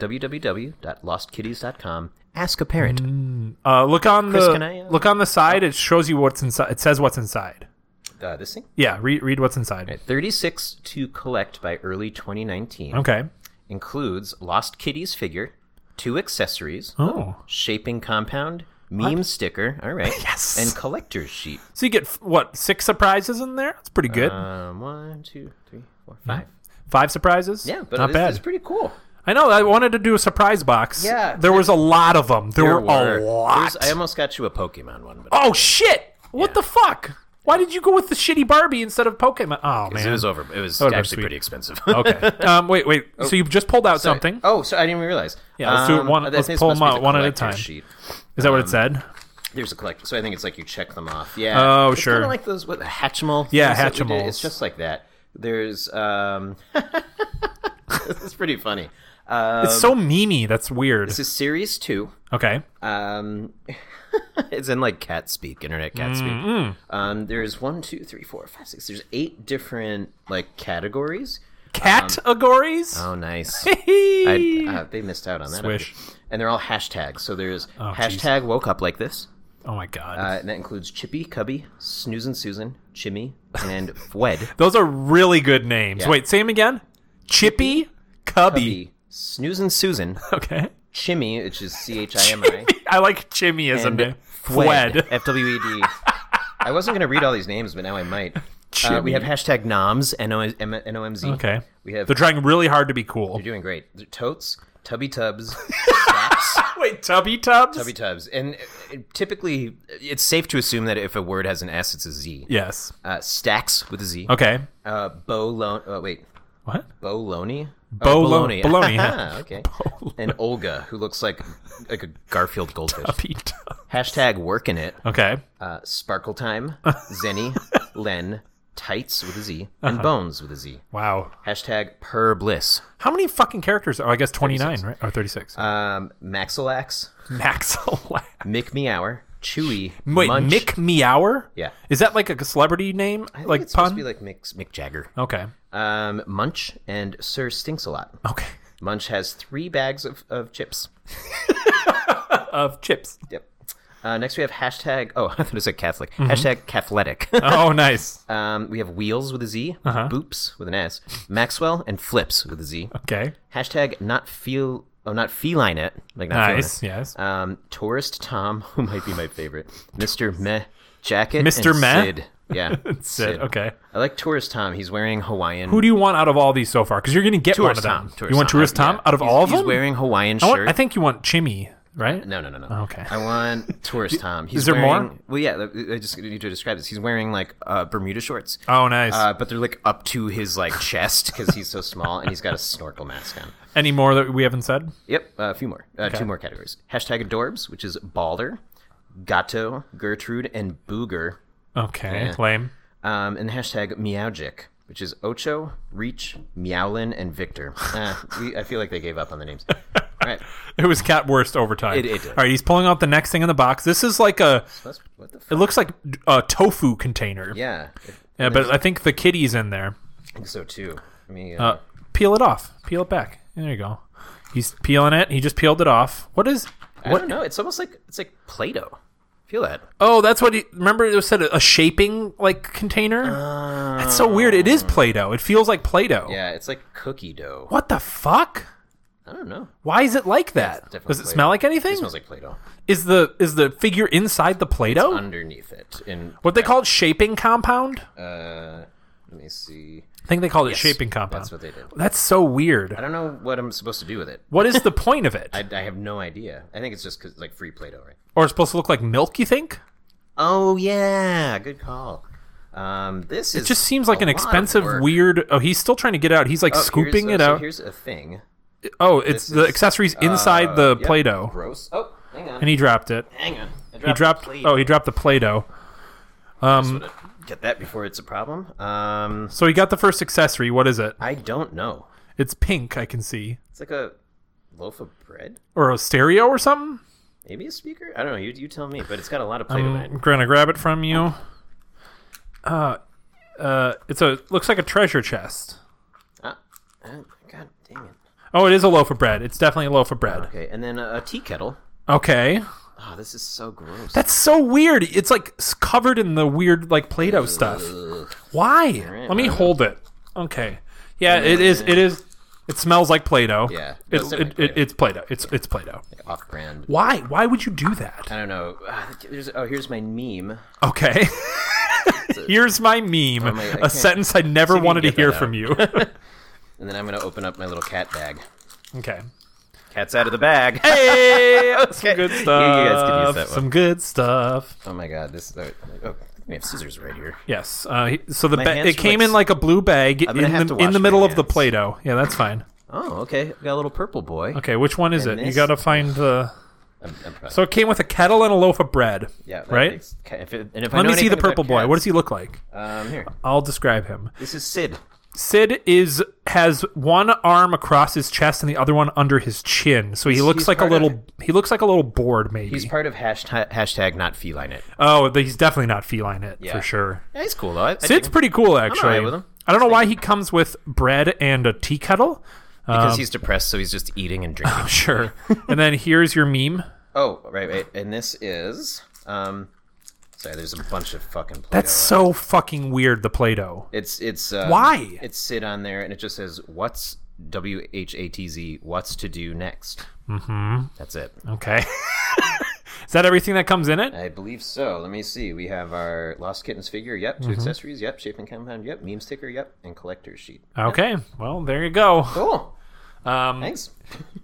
www.lostkitties.com. Ask a parent.
uh, look on the
can I, uh,
look on the side. It shows you what's inside. It says what's inside.
Uh, this thing.
Yeah. Read read what's inside.
36 to collect by early 2019
Okay.
includes lost kitties figure, two accessories,
Oh.
shaping compound, meme sticker. All right.
Yes.
And collector's sheet.
So you get f- what six surprises in there? That's pretty good.
Um, one, two, three, four, five.
Five surprises.
Yeah, but
not
it's,
bad.
it's pretty cool.
I know. I wanted to do a surprise box.
Yeah.
There was a lot of them. There, were,
There
a
were-
lot.
there's- I almost got you a Pokemon one, but
oh shit! What the fuck? Why did you go with the shitty Barbie instead of Pokemon? Oh
it
man.
was over. It was
would've been
actually
sweet.
pretty expensive.
okay. Um. Wait. Wait. So you just pulled out something.
Oh, so I didn't even realize. Um,
Yeah, let's do it one-
I
let's
think it's
pull
supposed
them
to be
out
the
one at a
collector's
time.
Sheet.
Is that
Um,
what it said?
There's a collector, so I think it's like you check them off. Yeah.
Oh,
it's
sure.
Kind of like those what the Hatchimal.
Yeah,
things that we did.
Hatchimals.
It's just like that. There's um, it's pretty funny. Uh,
it's so memey. That's weird.
this is series two.
okay.
Um, it's in like cat speak, internet cat speak.
Mm-hmm.
Um, there's one, two, three, four, five, six. There's eight different like categories.
Categories.
Oh, nice. I,
oh
uh, they missed out on that. I
Swish. Oh,
think. And they're all hashtags. So there's
geez.
hashtag woke up like this.
Oh my god.
Uh, and that includes Chippy, Cubby, Snoozin' Susan, Chimmy, and Fwed.
Those are really good names. Wait. Say them again. Chippy. Cubby.
Cubby, Snoozin' Susan,
Okay.
Chimmy, which is C H I M I,
I like Chimmy as
and
a name.
Fwed.
Fwed.
F W E D. I wasn't going to read all these names, but now I might. Uh,
Chimmy.
we have hashtag noms, N O M Z.
Okay.
We have,
They're trying really hard to be cool.
you're doing great. Totes, Tubby Tubs, Saps,
Wait, Tubby Tubs?
Tubby Tubs. And uh, typically, it's safe to assume that if a word has an S, it's a Z.
Yes.
Uh, stacks with a Z.
Okay.
Uh, Bo Lone. Oh, wait.
What?
Bologna?
Bo-
oh, Bologna.
Bologna, yeah.
Ah, okay. And Olga, who looks like like a Garfield goldfish.
Tubby Tubs.
Hashtag working it.
Okay.
Uh, Sparkle time. Zenny. Len. tights with a Z, and
Uh-huh.
bones with a Z.
Wow.
Hashtag per bliss.
How many fucking characters? Oh, I guess 29, right? Or 36.
Um, Maxilax,
Max Alax.
Mick Meower, Chewy,
Wait,
Munch.
Mick Meower?
Yeah.
Is that like a celebrity name?
I think
like
it's
pun?
supposed to be like Mick, Mick Jagger.
okay.
Um, Munch and Sir Stinks a lot.
Okay.
Munch has three bags of, of chips.
Of chips.
Yep. Uh, next we have hashtag. Oh, I thought it said Catholic.
Mm-hmm.
Hashtag Catholic.
Oh, nice.
um, we have wheels with a Z,
Uh-huh.
boops with an S, Maxwell and flips with a Z.
Okay.
Hashtag not feel. Oh, not feline it. Like not feeling
Nice.
it.
Yes.
Um, tourist Tom, who might be my favorite, Mr. Meh Jacket,
Mr.
and
Meh?
Sid. Yeah, Sid.
Sid. Okay.
I like Tourist Tom. He's wearing Hawaiian.
Who do you want out of all these so far? Because you're going to get
Tourist
one of them.
Tom. Tourist
you want
Tom.
Tourist
I- yeah.
Tom out of
He's-
all of
he's
them?
wearing Hawaiian
I,
shirt.
want, I think you want Chimmy, right?
No, no, no, no.
Oh, okay.
I want tourist Tom. He's
Is there
wearing,
more?
Well, yeah. I I just need to describe this. He's wearing like uh, Bermuda shorts.
Oh, nice.
Uh, but they're like up to his like chest because he's so small, and he's got a snorkel mask on.
Any more that we haven't said?
Yep, uh, a few more, uh, two more categories. Hashtag adorbs, which is Balder, Gato, Gertrude, and Booger,
Okay. Lame.
um, and hashtag Meowgic, which is Ocho, Reach, Meowlin, and Victor. Uh, we, I feel like they gave up on the names. All right,
It was cat worst over time.
It- it did.
All right, he's pulling out the next thing in the box. This is like a.
that's, what the?
It
F-
looks like a tofu container.
yeah,
Yeah, but I think the kitty's in there.
I think so too. Let me. uh,
Uh, peel it off. Peel it back. There you go. He's peeling it. He just peeled it off. What is?
I don't know. It's almost like it's like Play-Doh. Feel that?
Oh, that's what he. Remember, it said a, a shaping like container. that's so weird. It is Play-Doh. It feels like Play-Doh.
Ah. Yeah, it's like cookie dough.
What the fuck?
I don't know.
Why is it like that?
definitely
Does it
Play-Doh.
smell like anything?
It smells like Play-Doh
is the is the figure inside the Play-Doh?
underneath it. And
Oh. what they call it? Shaping compound?
Uh, let me see.
I think they called it shaping compound.
That's what they did.
That's so weird.
I don't know what I'm supposed to do with it.
What is the point of it?
I, I have no idea. I think it's just 'cause, like free Play-Doh, right?
or it's supposed to look like milk? You think?
Oh yeah, good call. Um, this
It just seems like an expensive,
weird
weird. Oh, he's still trying to get out. He's like scooping it out.
here's Oh, a thing.
oh, it's the
is,
accessories inside
Uh,
the
yep,
Play-Doh,
Gross. Oh, hang on.
and he dropped it.
hang on. I dropped
He dropped.
Play-Doh.
Oh, he dropped the Play-Doh. Um,
Get that before it's a problem. Um,
so he got the first accessory. What is it?
I don't know.
It's pink. I can see,
It's like a loaf of bread.
or a stereo or something.
Maybe a speaker? I don't know. You, you tell me. But it's got a lot of Play-Doh in it.
I'm gonna grab it from you. Uh, uh, it's a looks like a treasure chest.
Ah, ah, God dang it.
Oh, it is a loaf of bread. It's definitely a loaf of bread.
Okay, and then a, a tea kettle.
Okay.
Oh, this is so gross.
That's so weird. It's like s- covered in the weird like Play-Doh stuff. Why? Let me hold it. Okay. Yeah, it is. It is. It smells like Play-Doh.
Yeah. No,
It's
it's
it,
definitely
It,
Play-Doh.
it's Play-Doh. It's it's Play-Doh.
Off-brand.
Why? Why would you do that?
I don't know. Ah, There's, oh, here's my meme.
Okay. Here's my meme.
Oh, my- I
a
can't-
sentence I never
if you
wanted to
can get
hear
that
from you.
And then I'm going to open up my little cat bag.
okay.
Cat's out of the bag.
Hey, some
Okay.
good
You- you
stuff.
guys could use that one.
Some good stuff.
Oh my god, this. Oh, oh, we have scissors right here.
Yes. Uh, he- so the ba-
hands
it
are,
came
like,
in like a blue bag in
gonna have to
the,
wash
in the
my
middle of the
hands.
Play-Doh. Yeah, that's fine.
Oh, okay. We got a little purple boy.
Okay, which one is
And
it? You
this-
got to find the.
I'm, I'm proud.
So it came with a kettle and a loaf of bread.
yeah, that
right?
makes- ca- if it- and if I
Let
know
me see the
anything about
purple boy.
cats-
What does he look like?
Um, here.
I'll describe him.
This is Sid.
Sid is has one arm across his chest and the other one under his chin. So he looks
he's
like a
part of-
little. he looks like a little bored, maybe.
He's part of hashtag, hashtag not feline it.
oh, but he's definitely not feline it
Yeah.
for sure.
Yeah, he's cool though. I, I dig
Sid's
him
pretty cool, actually.
with him.
I don't know why he comes with bread and a tea kettle.
because he's depressed, so he's just eating and drinking.
Sure. and then here's your meme.
Oh, right, right. And this is um sorry, there's a bunch of fucking Play-Doh.
That's so fucking weird. The Play-Doh.
it's it's um,
Why?
It's Sid on there and it just says what's W H A T Z what's to do next. Mhm.
Mm-hmm.
That's it.
Okay. is that everything that comes in it?
I believe so. Let me see. We have our Lost Kittens figure, yep,
Mm-hmm.
2 accessories, yep, shape and compound, yep, meme sticker, yep, and collector's sheet.
Okay. Well, there you go.
Cool.
Um,
Thanks.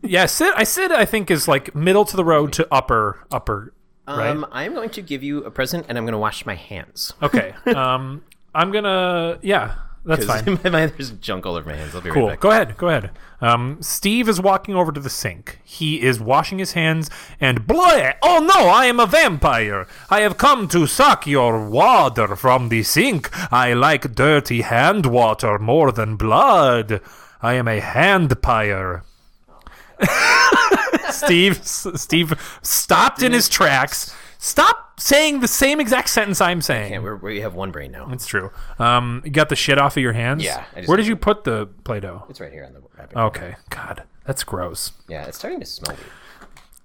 Yeah, Sid. I Sid. I think is like middle to the road to upper upper. Right.
Um I'm going to give you a present and I'm going to wash my hands.
okay. Um, I'm gonna. Yeah. that's
'cause
fine.
my- my- there's junk all over my hands. I'll be
Cool.
right back.
Go ahead. Go ahead. Um, Steve is walking over to the sink. He is washing his hands and boy, oh no, I am a vampire. I have come to suck your water from the sink. I like dirty hand water more than blood. I am a handpire. Steve, S- Steve stopped in his tracks. Stop saying the same exact sentence I'm saying.
Yeah, we're, we have one brain now.
It's true. Um, you got the shit off of your hands.
Yeah, I just-
Where did you put the Play-Doh?
It's right here on the wrapping.
Okay. God, that's gross.
Yeah, it's starting to smell weird.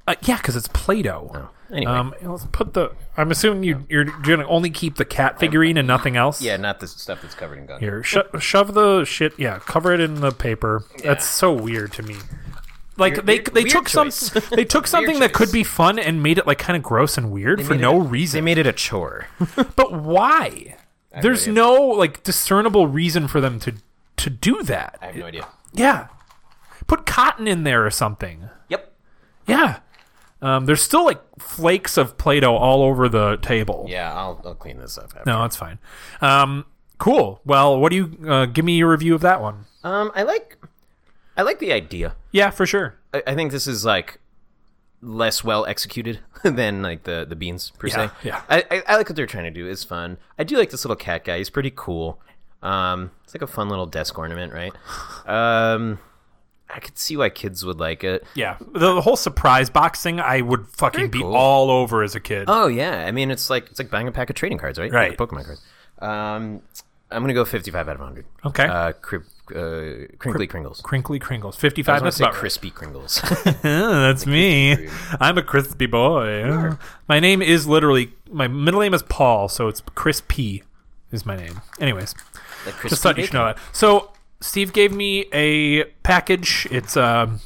Uh, yeah, because it's Play-Doh.
Oh. Anyway.
Um, let's put the. I'm assuming you you're gonna only keep the cat figurine and nothing else.
yeah, not the stuff that's covered in gunk.
Here, sho- shove the shit. Yeah, cover it in the paper. That's so weird to me. Like
Weird-
they
weird-
they
weird
took some
choice.
they took something that could
choice.
be fun and made it like kind of gross and weird for
made
no
it- They
reason.
made it a chore.
but why? There's
really-
no like discernible reason for them to to do that.
I have no idea.
yeah, put cotton in there or something.
Yep.
Yeah. Um, there's still like flakes of Play-Doh all over the table.
Yeah, I'll, I'll clean this up. After.
No, that's fine. Um, cool. Well, what do you uh, give me your review of that one?
Um, I like, I like the idea.
Yeah, for sure.
I, I think this is like less well executed than like the the beans per
Yeah,
se.
yeah.
I, I, I like what they're trying to do. It's fun. I do like this little cat guy. He's pretty cool. Um, it's like a fun little desk ornament, right? Um, I could see why kids would like it.
Yeah, the, the whole surprise box thing I would fucking be
cool.
all over as a kid.
Oh yeah, I mean it's like it's like buying a pack of trading cards, right?
Right.
Like Pokemon cards. Um, I'm gonna go 55 out of 100.
Okay.
Uh, cri- uh crinkly Kringles.
Crinkly Kringles,
I
fifty-five.
want
That's
to say
about right.
crispy Kringles.
Uh, that's me. I'm a crispy boy. My name is literally my middle name is Paul, so it's Chris P. Is my name. Anyways,
Like crispy
just thought you should
bacon.
know that. So Steve gave me a package. It's um,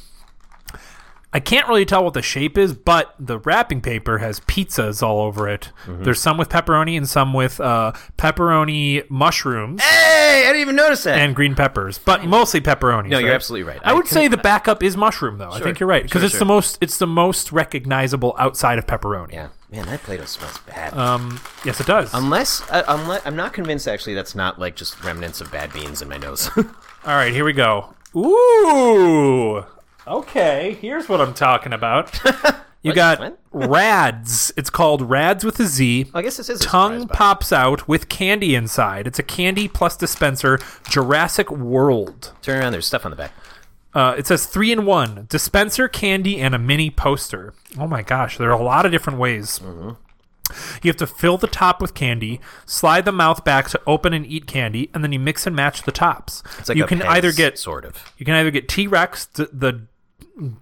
I can't really tell what the shape is, but the wrapping paper has pizzas all over it.
Mm-hmm.
There's some with pepperoni and some with uh, pepperoni mushrooms
Hey, I didn't even notice that.
and green peppers, but mostly pepperoni.
No, you're absolutely right.
I,
I
would
couldn't-
say the backup is mushroom, though. I think you're right because
Sure,
it's the
sure.
most it's the most recognizable outside of pepperoni.
yeah, man, that Play-Doh smells bad.
Um, yes, it does.
Unless, uh, unless I'm not convinced. Actually, that's not like just remnants of bad beans in my nose.
All right, here we go. Ooh. Okay, here's what I'm talking about. You got
what?
rads. It's called rads with a Z.
I guess this is a
Tongue
Oh, surprise box.
pops out with candy inside. It's a candy plus dispenser. Jurassic World.
Turn around. There's stuff on the back.
Uh, it says three in one dispenser, candy, and a mini poster. Oh my gosh, there are a lot of different ways.
Mm-hmm.
You have to fill the top with candy, slide the mouth back to open and eat candy, and then you mix and match the tops.
It's like
you
a
can
Pez,
either get
sort of.
you can either get T Rex, th- the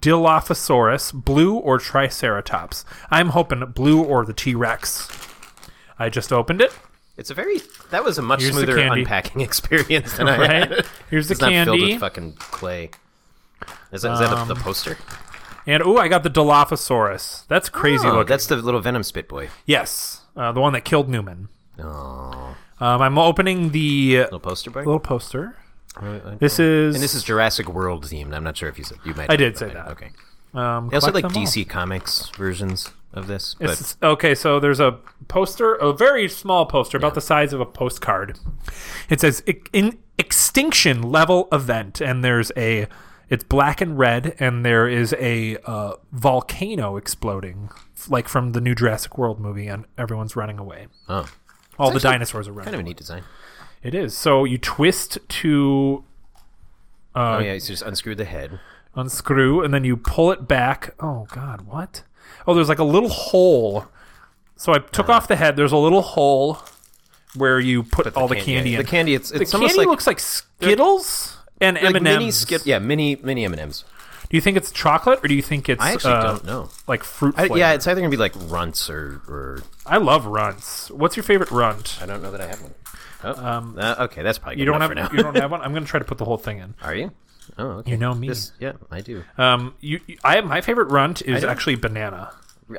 Dilophosaurus, blue, or Triceratops. I'm hoping blue or the T Rex. I just opened it.
It's a very. That was a much
Here's the
smoother
candy.
unpacking experience than I
Right?
had.
Here's the
it's not filled
candy. Um,
with fucking clay. Is that, is that the, the poster?
And oh, I got the Dilophosaurus. That's crazy
Oh,
looking.
that's the little venom spit boy.
yes, uh, the one that killed Newman.
Oh,
Um, I'm opening the uh,
little poster boy.
little poster. This is
Oh. and this is Jurassic World themed. I'm not sure if you said you might.
I
have,
did
but
say
I-
that.
Okay.
um,
They also
collect
had, like
them all.
DC Comics versions of this, but
It's- okay, so there's a poster, a very small poster, about the size of a postcard. It says "E- in extinction level event, and there's a it's black and red, and there is a uh, volcano exploding, f- like from the new Jurassic World movie, and everyone's running away.
oh,
All the
actually
dinosaurs are running.
kind of a neat design.
It is. So you twist to Uh,
oh yeah, so just unscrew the head.
unscrew and then you pull it back. Oh god, what? Oh, there's like a little hole. So I took off the head. There's a little hole where you put, all the candy in.
The candy. It's it's
The
almost
candy
like
looks like Skittles and M
like
and
mini
M's.
skip. Yeah, mini mini M and M's.
Do you think it's chocolate or do you think it's
I actually
uh,
don't know.
like fruit?
I,
flavor?
yeah, it's either gonna be like runts or or
I love runts. What's your favorite runt?
I don't know that I have one. Oh, uh, okay, that's probably
Um, You
good
don't
enough
have
for now.
you don't have one. I'm gonna try to put the whole thing in.
Are you? Oh, okay.
You know me.
This- yeah, I do.
Um, you, you- I my favorite runt is
don't-
actually banana.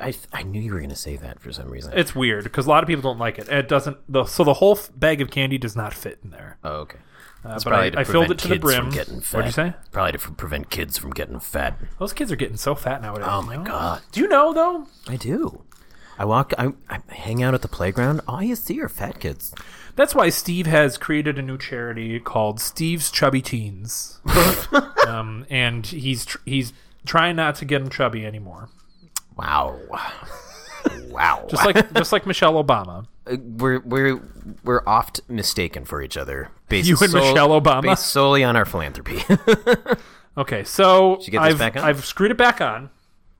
I, I knew you were gonna say that for some reason.
It's weird because a lot of people don't like it. It doesn't. The, so the whole f- bag of candy does not fit in there. Uh,
oh, okay. That's
but
probably
I-
to
I filled
prevent
it to the
kids
brim.
from getting fat.
What'd you say?
Probably to f- prevent kids from getting fat.
Those kids are getting so fat nowadays.
Oh my
you know?
god,
Do you know though?
I do. I walk, I, I hang out at the playground. All you see are fat kids.
That's why Steve has created a new charity called Steve's Chubby Teens, um, and he's tr- he's trying not to get them chubby anymore.
Wow, wow.
Just like just like Michelle Obama.
Uh, we're we're we're oft mistaken for each other. Based
You and Michelle Obama?
based solely on our philanthropy.
Okay, so
you get this
I've
back on?
I've screwed it back on.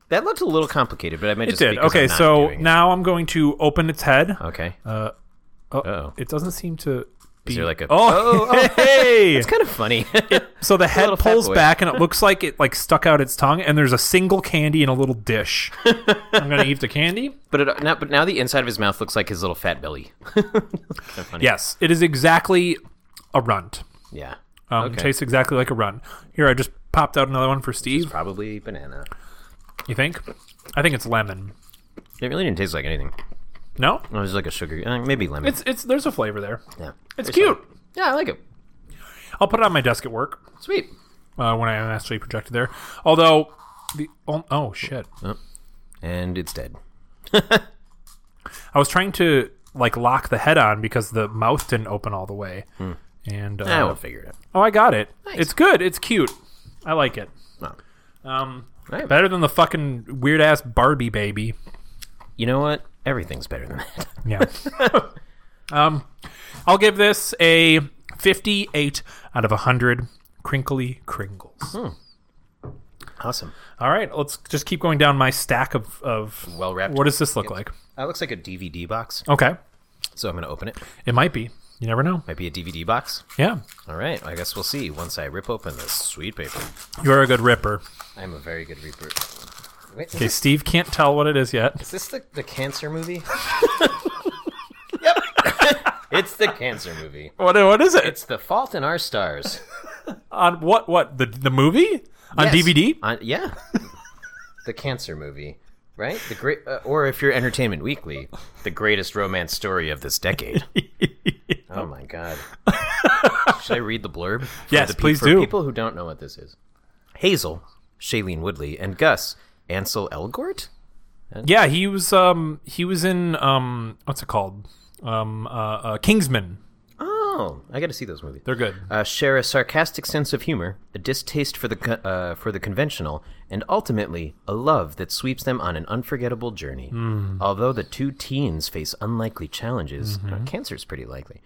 that looked a little complicated, but I meant
It did. Okay, so now I'm going to open its head.
okay,
Oh,
Uh-oh.
it doesn't seem to. Be...
is there like a
Oh, hey!
It's kind of funny.
So the head
little fat
pulls
boy.
back, and it looks like it like stuck out its tongue, and there's a single candy in a little dish. I'm gonna eat the candy.
but it, now, but now the inside of his mouth looks like his little fat belly.
Yes, it is exactly a runt.
Yeah.
Um, It tastes exactly like a run. Here, I just popped out another one for Steve.
Probably banana.
You think? I think it's lemon.
It really didn't taste like anything.
No,
It was like a sugar, uh, maybe lemon.
it's it's there's a flavor there.
yeah.
It's
There's
cute.
some. Yeah, I like it.
I'll put it on my desk at work.
Sweet.
uh, when I am actually projected there. Although the oh, oh shit,
And it's dead.
I was trying to like lock the head on because the mouth didn't open all the way.
Hmm.
And uh,
I will figure it out.
oh, I got it. It's good. It's cute. I like it.
No.
Um,
Right.
better than the fucking weird ass Barbie baby.
You know what? Everything's better than that.
Yeah. um, I'll give this a fifty-eight out of hundred. Crinkly Kringles.
awesome.
All right, let's just keep going down my stack of of
Well-wrapped.
What does this look like?
That looks like a DVD box.
Okay,
So I'm going to open it.
it might be. You never know.
Might be a DVD box.
Yeah.
All right. I guess we'll see once I rip open this sweet paper.
You're a good ripper.
I'm a very good reaper. Wait, is,
Okay,
this,
Steve can't tell what it is yet.
is this the, the cancer movie? yep. it's the cancer movie.
What what is it?
It's The Fault in Our Stars.
on what what the the movie on
Yes.
DVD?
On, yeah. the cancer movie, right? The great, uh, or if you're Entertainment Weekly, the greatest romance story of this decade. oh my god! Should I read the blurb? For
Yes,
the, pe-
please
for
do.
People who don't know what this is, Hazel, Shailene Woodley, and Gus Ansel Elgort.
Yeah, he was um he was in um what's it called um uh, uh Kingsman.
Oh, I got to see those movies.
They're good.
uh, share a sarcastic sense of humor, a distaste for the co- uh, for the conventional, and ultimately a love that sweeps them on an unforgettable journey.
Hmm.
Although the two teens face unlikely challenges,
Mm-hmm.
uh, cancer is pretty likely.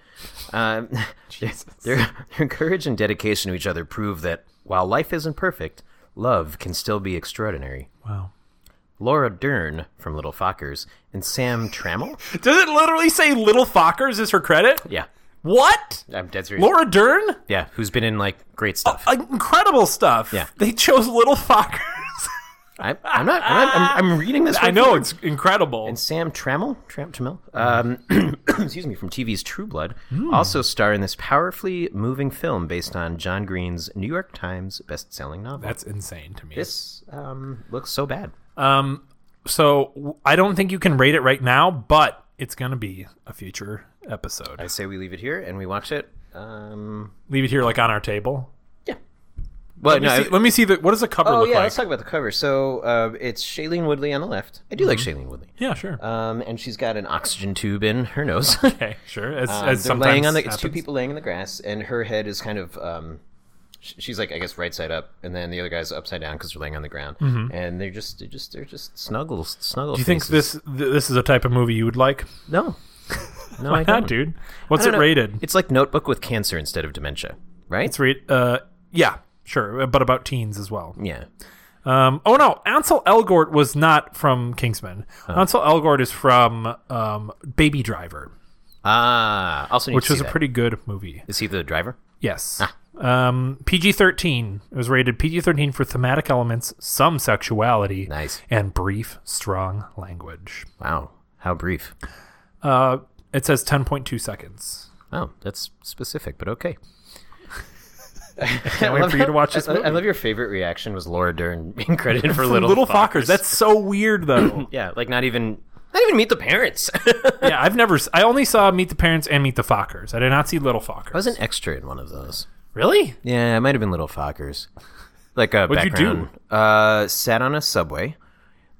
Um, their, their, their courage and dedication to each other prove that while life isn't perfect, love can still be extraordinary.
Wow.
Laura Dern from Little Fockers and Sam Trammell.
Does it literally say Little Fockers is her credit?
Yeah,
What?
I'm dead serious.
Laura Dern?
yeah, who's been in like great stuff.
Uh, Incredible stuff.
Yeah.
They chose Little Fockers.
I, I'm not. I'm, not- I'm, I'm reading this.
I
right
know
now.
it's incredible.
and Sam Trammell, Tram Trammell, um, excuse me, from TV's True Blood, also star in this powerfully moving film based on John Green's New York Times best-selling novel.
That's insane to me.
this um, looks so bad.
Um, so w- I don't think you can rate it right now, but it's gonna be a future episode.
I say we leave it here and we watch it. Um,
Leave it here, like on our table.
yeah. Well,
Let
no.
me
I-
see, let me see the what does the cover
oh
look
yeah.
like?
Let's talk about the cover. So uh, it's Shailene Woodley on the left. I do like Shailene Woodley.
yeah, sure.
Um, and she's got an oxygen tube in her nose.
okay, sure. As,
Um,
as
they're
sometimes
laying on the, it's two
happens.
people laying in the grass, and her head is kind of. Um, sh- she's like, I guess, right side up, and then the other guy's upside down because they're laying on the ground, and they're just, they're just, they're just snuggles, snuggle.
Mm-hmm. Do you think this th- this is a type of movie you would like?
No, no, I
Why
don't.
not, dude? What's
I
it
don't know.
rated?
It's like Notebook with cancer instead of dementia, right?
It's rate. Uh, yeah, sure. But about teens as well.
yeah,
Um, oh no, Ansel Elgort was not from Kingsman.
Oh.
Ansel Elgort is from um, Baby Driver,
ah, also need
which
to
was
see
a
that.
pretty good movie.
Is he the driver?
Yes.
Ah.
Um, PG 13. It was rated PG 13 for thematic elements, some sexuality,
Nice.
and brief, strong language.
Wow, how brief.
Uh, it says 10.2 seconds.
Oh, that's specific, but okay.
Can't wait for you to watch this
I,
movie.
I love your favorite reaction was Laura Dern being credited for
From
Little
Fockers. That's so weird, though.
Yeah, like not even not even meet the parents. I
yeah, I've never. s- I only saw Meet the Parents and Meet the Fockers. I did not see Little Fockers.
was an extra in one of those.
really?
Yeah, it might have been Little Fockers. Like a
What'd you
background. You do? Uh, sat on a subway.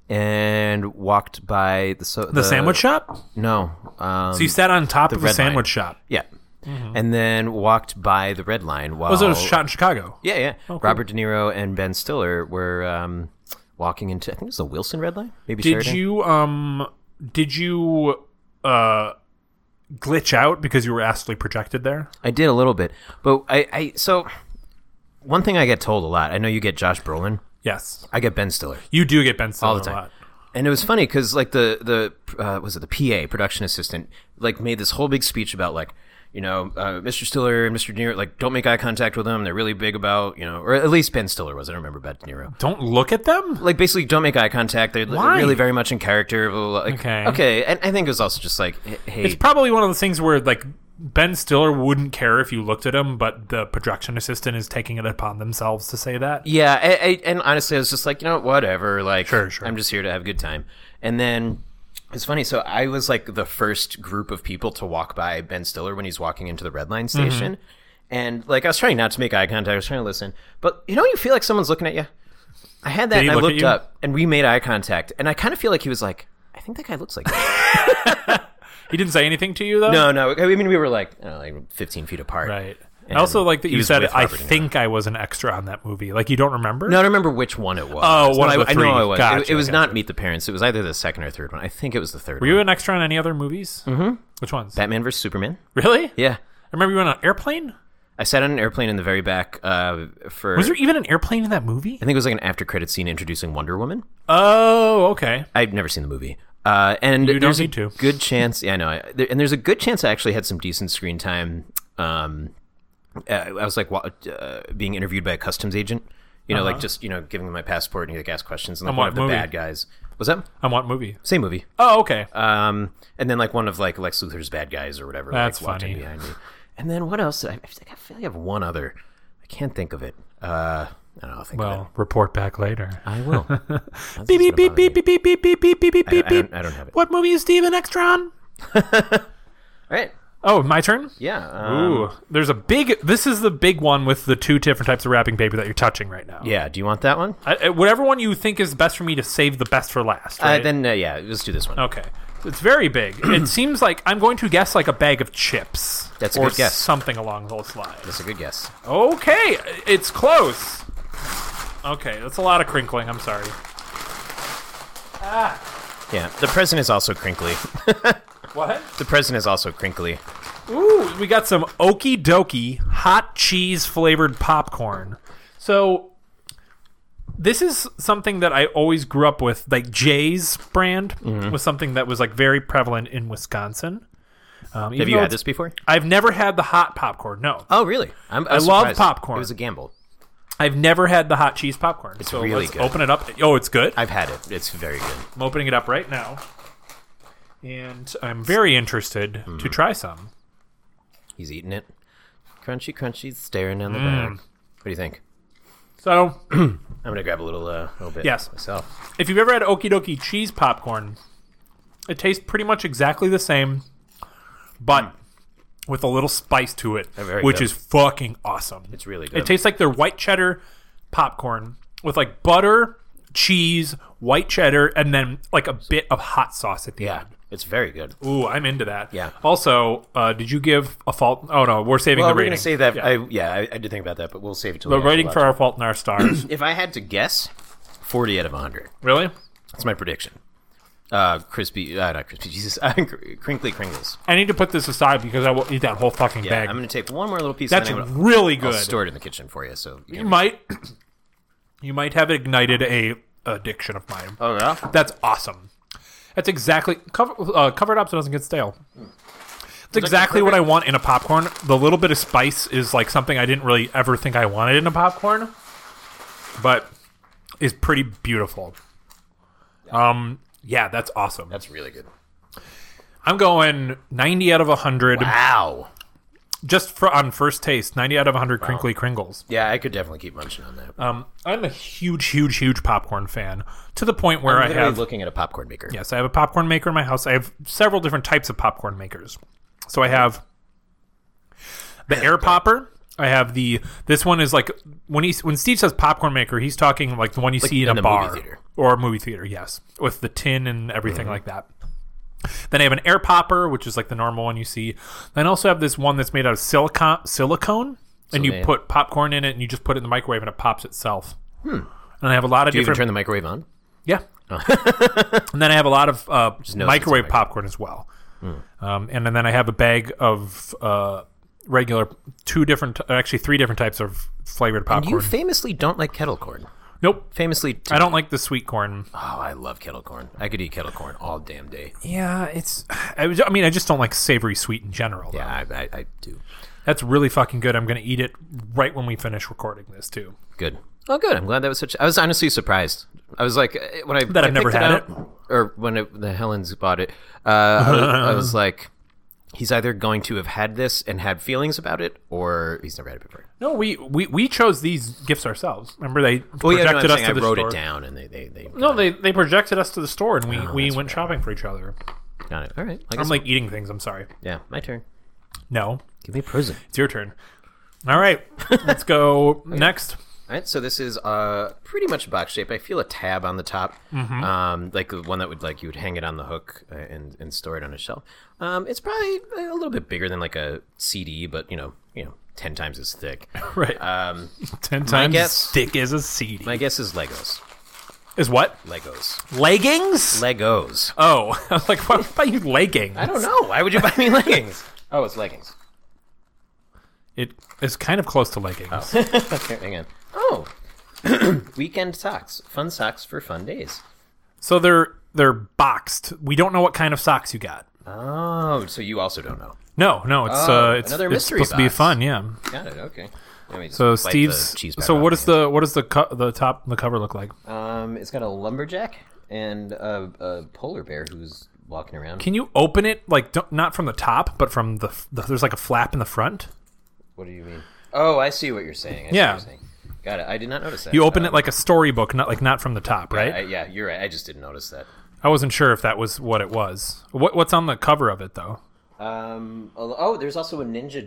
and walked by the so,
The, sandwich shop?
No, um,
So you sat on top of the
Red Line.
sandwich shop.
yeah, and then walked by the red line while
Was it shot in Chicago?
yeah yeah Robert De Niro and Ben Stiller were um, walking into I think it was the Wilson Red Line maybe
Did
Sheridan?
you um did you uh glitch out because you were astrally projected there?
I did a little bit but I, I so one thing I get told a lot I know you get Josh Brolin
Yes.
I get Ben Stiller
You do get Ben Stiller
all the
a
time.
lot.
And it was funny because like the the uh, was it the PA production assistant like made this whole big speech about like you know uh, Mr. Stiller and Mr. De Niro like don't make eye contact with them they're really big about you know or at least Ben Stiller was I don't remember about De Niro
Don't look at them?
like basically don't make eye contact they're li-
Why?
really very much in character blah, blah, blah. Like,
Okay.
okay and I think it was also just like h- hey
It's probably one of those things where like Ben Stiller wouldn't care if you looked at him, but the production assistant is taking it upon themselves to say that.
Yeah, I, I, and honestly, I was just like, you know, whatever. Like,
Sure, sure.
I'm just here to have a good time. And then it's funny. So I was like the first group of people to walk by Ben Stiller when he's walking into the Red Line
Mm-hmm.
station, and like I was trying not to make eye contact. I was trying to listen, but you know, when you feel like someone's looking at you. I had that,
he
and I
look at
looked
you?
up, and we made eye contact, and I kind of feel like he was like, I think that guy looks like. me."
He didn't say anything to you though?
no, no. I mean, we were like, I don't know, like 15 feet apart.
Right. I
And
also like that
he
you
was
said
with
I
Robert De Niro."
think I was an extra on that movie. Like you don't remember?
No, I don't remember which one it was.
Oh,
It's
one
not-
of the
I, I know
three.
it was.
Gotcha,
it, it was
gotcha.
not Meet the Parents. It was either the second or third one. I think it was the third
Were
one.
you an extra on any other movies? Mm-hmm. Which ones?
Batman vs Superman.
really?
Yeah,
I remember you were on an airplane?
I sat on an airplane in the very back uh, for.
Was there even an airplane in that movie?
I think it was like an after credit scene introducing Wonder Woman.
Oh, okay.
I've never seen the movie. Uh, and
don't
there's
need to.
a good chance. Yeah, I know. I- there- And there's a good chance I actually had some decent screen time. Um, uh, I was like wa- uh, being interviewed by a customs agent. You know, like just you know giving them my passport and you like ask questions. And like,
Uh-huh. And
one
what
of
movie?
the bad guys was that
I want movie.
same movie.
Oh, okay.
Um, and then like one of like Lex Luthor's bad guys or whatever.
That's
like, walked in
funny.
behind me. And then what else did I? I feel like I feel like I have one other. I can't think of it. Uh, I don't know. I'll think of it.
well, report back later.
I will. That's
Beep beep beep
just gonna bother
beep
me.
beep beep beep beep beep beep beep beep
I don't- I
beep.
don't- I don't have it.
What movie is Steven Extra on?
All right.
Oh, my turn.
Yeah. um,
Ooh, there's a big. This is the big one with the two different types of wrapping paper that you're touching right now.
Yeah. Do you want that one?
I, I- whatever one you think is best for me to save the best for last.
Uh,
Right?
then uh, yeah, let's do this one.
okay, it's very big. it seems like I'm going to guess like a bag of chips.
That's a
or
good guess.
Something along those lines.
That's a good guess.
Okay, it's close. Okay, that's a lot of crinkling. I'm sorry.
Yeah. The present is also crinkly.
What?
The present is also crinkly.
Ooh, we got some okie dokie hot cheese flavored popcorn. So this is something that I always grew up with. Like Jay's brand
Mm-hmm.
was something that was like very prevalent in Wisconsin. Um,
Have you had this before?
I've never had the hot popcorn. No,
Oh, really? I'm, i
love popcorn.
It was a gamble.
I've never had the hot cheese popcorn. It's so
really
let's
good.
open it up. Oh, it's good.
I've had it. It's very good.
I'm opening it up right now, and I'm very interested
Mm-hmm.
to try some.
He's eating it. Crunchy, crunchy, staring down the
Mm.
bag. What do you think?
So,
I'm gonna grab a little, uh, little bit.
Yes.
myself.
if you've ever had Okie Dokie cheese popcorn, it tastes pretty much exactly the same, but with a little spice to it,
Mm. They're very
which
good.
is fucking awesome.
It's really good.
It tastes like their white cheddar popcorn with like butter, cheese, white cheddar, and then like a bit of hot sauce at the
yeah,
end.
it's very good.
Ooh, I'm into that.
Yeah.
Also, uh, did you give a fault? Oh no, we're saving
Well,
the
we're
rating.
gonna say that.
Yeah.
I, yeah, I, I did think about that, but we'll save it till
the
the
rating for our fault in our stars.
If I had to guess, 40 out of 100.
really?
That's my prediction. Uh, crispy, uh, not crispy. Jesus, uh, crinkly cringles.
I need to put this aside because I will eat that whole fucking
Yeah,
bag.
I'm gonna take one more little piece.
That's
and then I'm gonna-
really
I'll
good.
store it in the kitchen for you. So you
You
can-
might you might have ignited a addiction of mine.
oh yeah,
That's awesome. That's exactly cover, uh, covered up so it doesn't get stale. It's exactly what I want in a popcorn. The little bit of spice is like something I didn't really ever think I wanted in a popcorn, but is pretty beautiful. Um, yeah, that's awesome.
that's really good.
I'm going 90 out of 100
Ow.
just for on first taste. 90 out of 100 crinkly kringles.
Yeah, I could definitely keep munching on that.
Um, I'm a huge, huge, huge popcorn fan to the point where
I'm
I
literally
have
looking at a popcorn maker.
yes, I have a popcorn maker in my house. I have several different types of popcorn makers. So I have the air popper, I have the this one is like when he when Steve says popcorn maker, he's talking like the one you see in,
in
a
a
bar
movie theater. Mm-hmm.
or a movie theater. Yes, with the tin and everything like that. Then I have an air popper, which is like the normal one you see. Then I also have this one that's made out of silicon silicone, and you
they-
put popcorn in it, and you just put it in the microwave, and it pops itself. And I have a lot of
Hmm. Do you even
different
turn the microwave on?
yeah. and then I have a lot of uh,
knows it's a
microwave
microwave. Hmm.
popcorn as well. Um, and then I have a bag of uh, regular, two different, actually three different types of flavored
You
popcorn.
famously don't like kettle corn.
nope.
Famously,
I don't like the sweet corn.
Oh, I love kettle corn. I could eat kettle corn all damn day.
Yeah, it's. I, was- I mean, I just don't like savory sweet in general. though.
Yeah, I, I, I do.
That's really fucking good. I'm going to eat it right when we finish recording this, too.
Good. Oh, good. I'm glad that was such. I was honestly surprised. I was like, eh, when I
That I've
I
never
picked
had
up- or when it, the Helens bought it, uh, I, was, I was like, he's either going to have had this and had feelings about it, or he's never had it before.
No, we, we, we chose these gifts ourselves. Remember, they
Well, Oh, yeah, no,
projected
I'm
us to
saying I
the
wrote
store.
it down, Oh, and they they they
No, they, they projected us to the store and we, we went shopping for each other.
got it. All right. I guess,
I'm like eating things. I'm sorry.
yeah, my turn.
No,
Give me prison.
it's your turn. All right, let's go next.
All right, so this is uh, pretty much box shape. I feel a tab on the top,
Mm-hmm.
um, like the one that would like you would hang it on the hook uh, and and store it on a shelf. Um, it's probably a little bit bigger than like a CD, but you know, you know, ten times as thick.
Right,
Um,
ten times as
guess-
thick as a CD.
my guess is Legos,
is what
Legos,
leggings?
Legos.
oh, I was like, why would I buy you leggings?
I don't know. Why would you buy me leggings? Oh, it's leggings.
It is kind of close to leggings.
Here, hang on. Oh, weekend socks, fun socks for fun days.
So they're they're boxed. We don't know what kind of socks you got.
Oh, so you also don't know?
No, no, it's
Oh,
uh, it's,
another
it's
mystery
supposed to be
box.
fun. Yeah.
Got it. Okay. Let me just
So
wipe the cheese
Steve's.
pad
So
off
what
my
is the what does the co- the top the cover look like?
Um, it's got a lumberjack and a, a polar bear who's walking around.
Can you open it like don't, not from the top, but from the, f- the there's like a flap in the front?
what do you mean? Oh, I see what you're saying. I see
Yeah.
what you're saying. Got it. I did not notice that.
You open
Uh,
it like a storybook, not like not from the top, right?
I, yeah, you're right. I just didn't notice that.
I wasn't sure if that was what it was. What what's on the cover of it though?
Um, oh, oh, there's also a ninja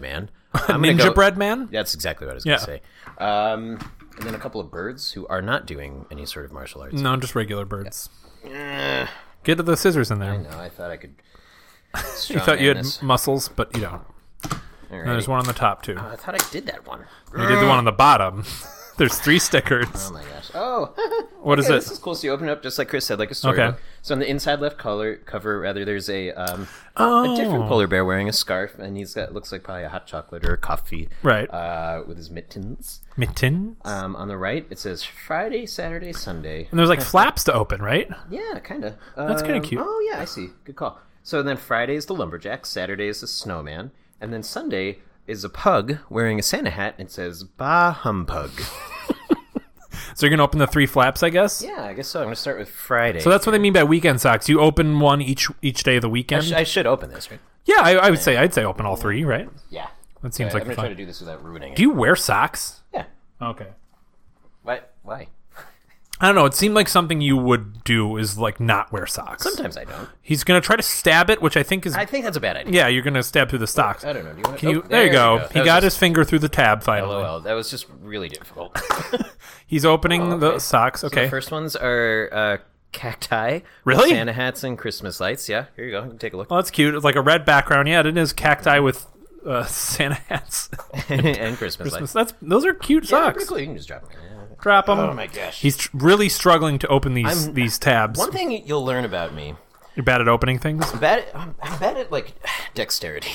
man. I'm gonna go-
Gingerbread man?
That's exactly what I was
Yeah.
gonna say. Um, and then a couple of birds who are not doing any sort of martial arts.
No, just regular birds.
Eh,
Get the scissors in there.
no, I thought I could.
You thought you had muscles, but you don't. And there's one on the top too.
I thought I did that one.
You did the one on the bottom. there's three stickers.
Oh my gosh. Oh.
What is
Yeah,
it?
This is cool. So you open it up just like Chris said, like a storybook. So on the inside left color cover, rather, there's a um, a
Oh.
different polar bear wearing a scarf, and he's got looks like probably a hot chocolate or a coffee,
Right.
Uh, with his mittens.
Mitten.
Um, on the right, it says Friday, Saturday, Sunday.
And there's like flaps to open, right?
Yeah, kind of.
That's kinda cute.
Oh yeah, I see. Good call. So then Friday is the lumberjack, Saturday is the snowman, and then Sunday is a pug wearing a Santa hat and it says Bah Humbug.
So you're gonna open the three flaps, I guess.
yeah, I guess so. I'm gonna start with Friday.
So that's what they mean by weekend socks. You open one each each day of the
I,
weekend.
sh- I should open this, right?
yeah, I, I would say I'd say open all three, right?
Yeah.
That seems
I'm
like
gonna
fun.
try to do this without ruining it.
Do you wear socks?
Yeah.
Okay.
Why? Why?
I don't know. It seemed like something you would do is like not wear socks.
Sometimes I don't.
He's gonna try to stab it, which I think is
I think that's a bad idea.
yeah. You're gonna stab through the stocks.
I don't know. Do you Oh, want to?
Can you- there you go. He got his finger through the tab finally.
LOL. That was just really difficult.
He's opening the
Oh, okay.
socks.
The
Okay.
first ones are uh, cacti.
Really?
Santa hats and Christmas lights. Yeah. Here you go. You can Take a look.
well, that's cute. It's like a red background. Yeah, it is cacti with uh, Santa hats.
and Christmas, lights.
that's those are cute
Yeah, they're
socks.
pretty cool. You can just drop them. in. Yeah.
Drop them.
Oh my gosh.
He's tr- really struggling to open these
I'm-
these tabs.
One thing you'll learn about me.
You're bad at opening things.
I'm bad at, I'm I'm bad at like dexterity.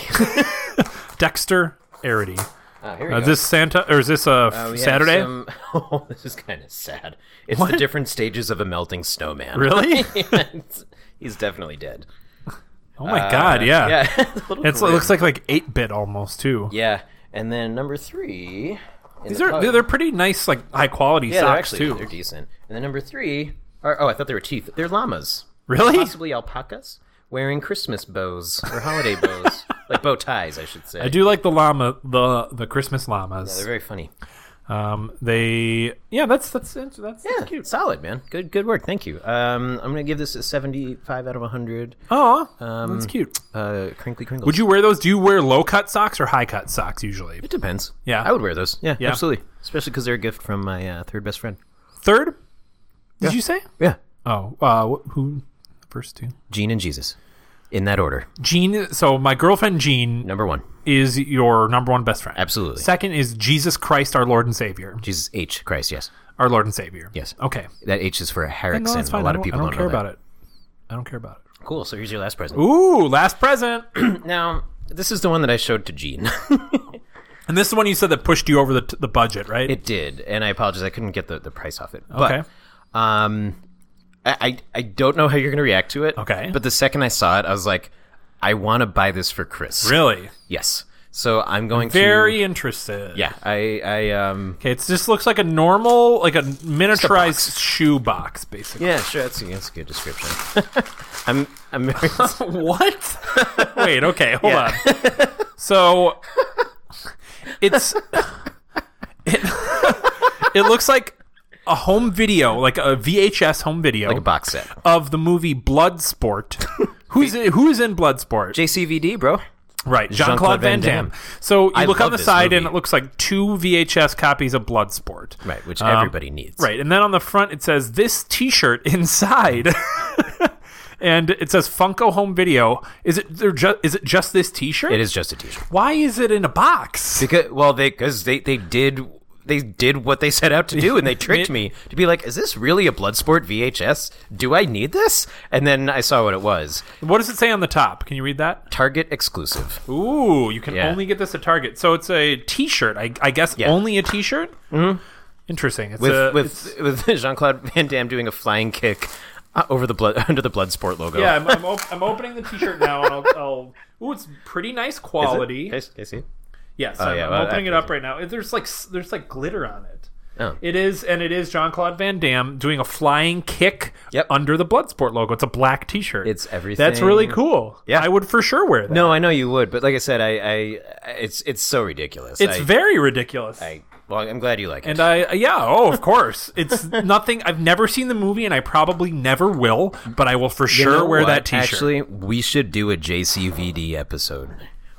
Dexter Arity.
Oh, here we
Uh,
go.
this Santa or is this uh,
We have
Saturday?
some- oh, this is kind of sad. It's
What?
the different stages of a melting snowman.
Really?
It's- He's definitely dead.
Oh my god! Yeah.
Uh, Yeah. it's a little
It's, it
grim.
looks like like eight bit almost too.
Yeah, and then number three. in
These
the
are
pug-
they're, they're pretty nice like high quality
yeah, they're
socks
actually
too.
they're decent. And then number three are oh, I thought they were teeth. They're llamas,
Really?
possibly alpacas, wearing Christmas bows or holiday bows, like bow ties, I should say.
I do like the llama the the Christmas llamas.
They're very funny.
Um, they yeah, that's that's that's, that's
Yeah,
cute.
solid man. Good, good work. Thank you. Um, I'm gonna give this a 75 out of 100.
Oh,
Um,
that's cute.
Uh, crinkly crinkles.
Would you wear those? Do you wear low cut socks or high cut socks usually?
It depends.
Yeah.
I would wear those. Yeah,
Yeah.
absolutely. Especially because they're a gift from my uh, third best friend.
Third, did you say?
Yeah,
Oh, uh, wh- who first two?
Gene and Jesus, in that order.
Jean. So my girlfriend Jean
Number one,
is your number one best friend.
absolutely.
Second is Jesus Christ, our Lord and Savior.
Jesus H Christ. Yes,
Our Lord and Savior.
Yes.
Okay.
that H is for a
No,
Harrickson.
that's fine.
A lot
I
of
don't,
people
I don't,
don't
care
know that.
about it. I don't care about it.
Cool. So here's your last present.
Ooh, last present.
Now this is the one that I showed to Gene.
and this is the one you said that pushed you over the, the budget, right?
It did, and I apologize. I couldn't get the, the price off it.
Okay.
But, um, I, I I don't know how you're gonna react to it.
Okay.
But the second I saw it, I was like, I want to buy this for Chris.
really?
Yes. So I'm going to.
Very interested.
Yeah. I I um.
Okay, it just looks like a normal, like a
box.
miniaturized shoe box, basically.
Yeah, sure. That's, that's a good description. I'm I'm very,
what? Wait, okay, hold
Yeah.
on. So it's it, it looks like a home video, like a VHS home video
like a box set.
of the movie Bloodsport. Who's in, who's in Bloodsport?
JCVD, bro.
right, Jean
Jean-Claude
Claude Van
Van
Damme.
Damme.
So you
I
look on
love
the
this
side, and
movie.
it looks like two VHS copies of Bloodsport.
Right, which
Um,
everybody needs.
Right, and then on the front it says this T-shirt inside, and it says Funko Home Video. Is it they're ju- is it just this T-shirt?
It is just a T-shirt.
Why is it in a box?
Because well, they because they they did they did what they set out to do, and they tricked
Me-
me to be like, "Is this really a Bloodsport VHS? Do I need this?" And then I saw what it was:
What does it say on the top? Can you read that?
Target exclusive.
Ooh, you can
Yeah.
only get this at Target. So it's a T-shirt. I, I guess
Yeah.
only a T-shirt. Mm-hmm. Interesting. It's
With
a, it's-
with with Jean Claude Van Damme doing a flying kick uh, over the blood under the Bloodsport logo.
yeah, I'm, I'm, op- I'm opening the T-shirt now, and I'll. I'll ooh, it's pretty nice
Is it?
quality.
Can I, can I see it?
Yes, I'm,
yeah,
I'm
well,
opening
that-
it up right now. It- There's like s- there's like glitter on it.
Oh.
It is, and it is Jean Claude Van Damme doing a flying kick
Yep.
under the Bloodsport logo. It's a black T-shirt.
It's everything.
That's really cool.
Yeah.
I would for sure wear that.
No, I know you would, but like I said, I, I it's it's so ridiculous.
it's
I,
very ridiculous.
I, well, I'm glad you like it.
and I, yeah, oh, of course. It's nothing. I've never seen the movie, and I probably never will. But I will for
You
sure
know
wear
what?
that T-shirt.
Actually, we should do a JCVD episode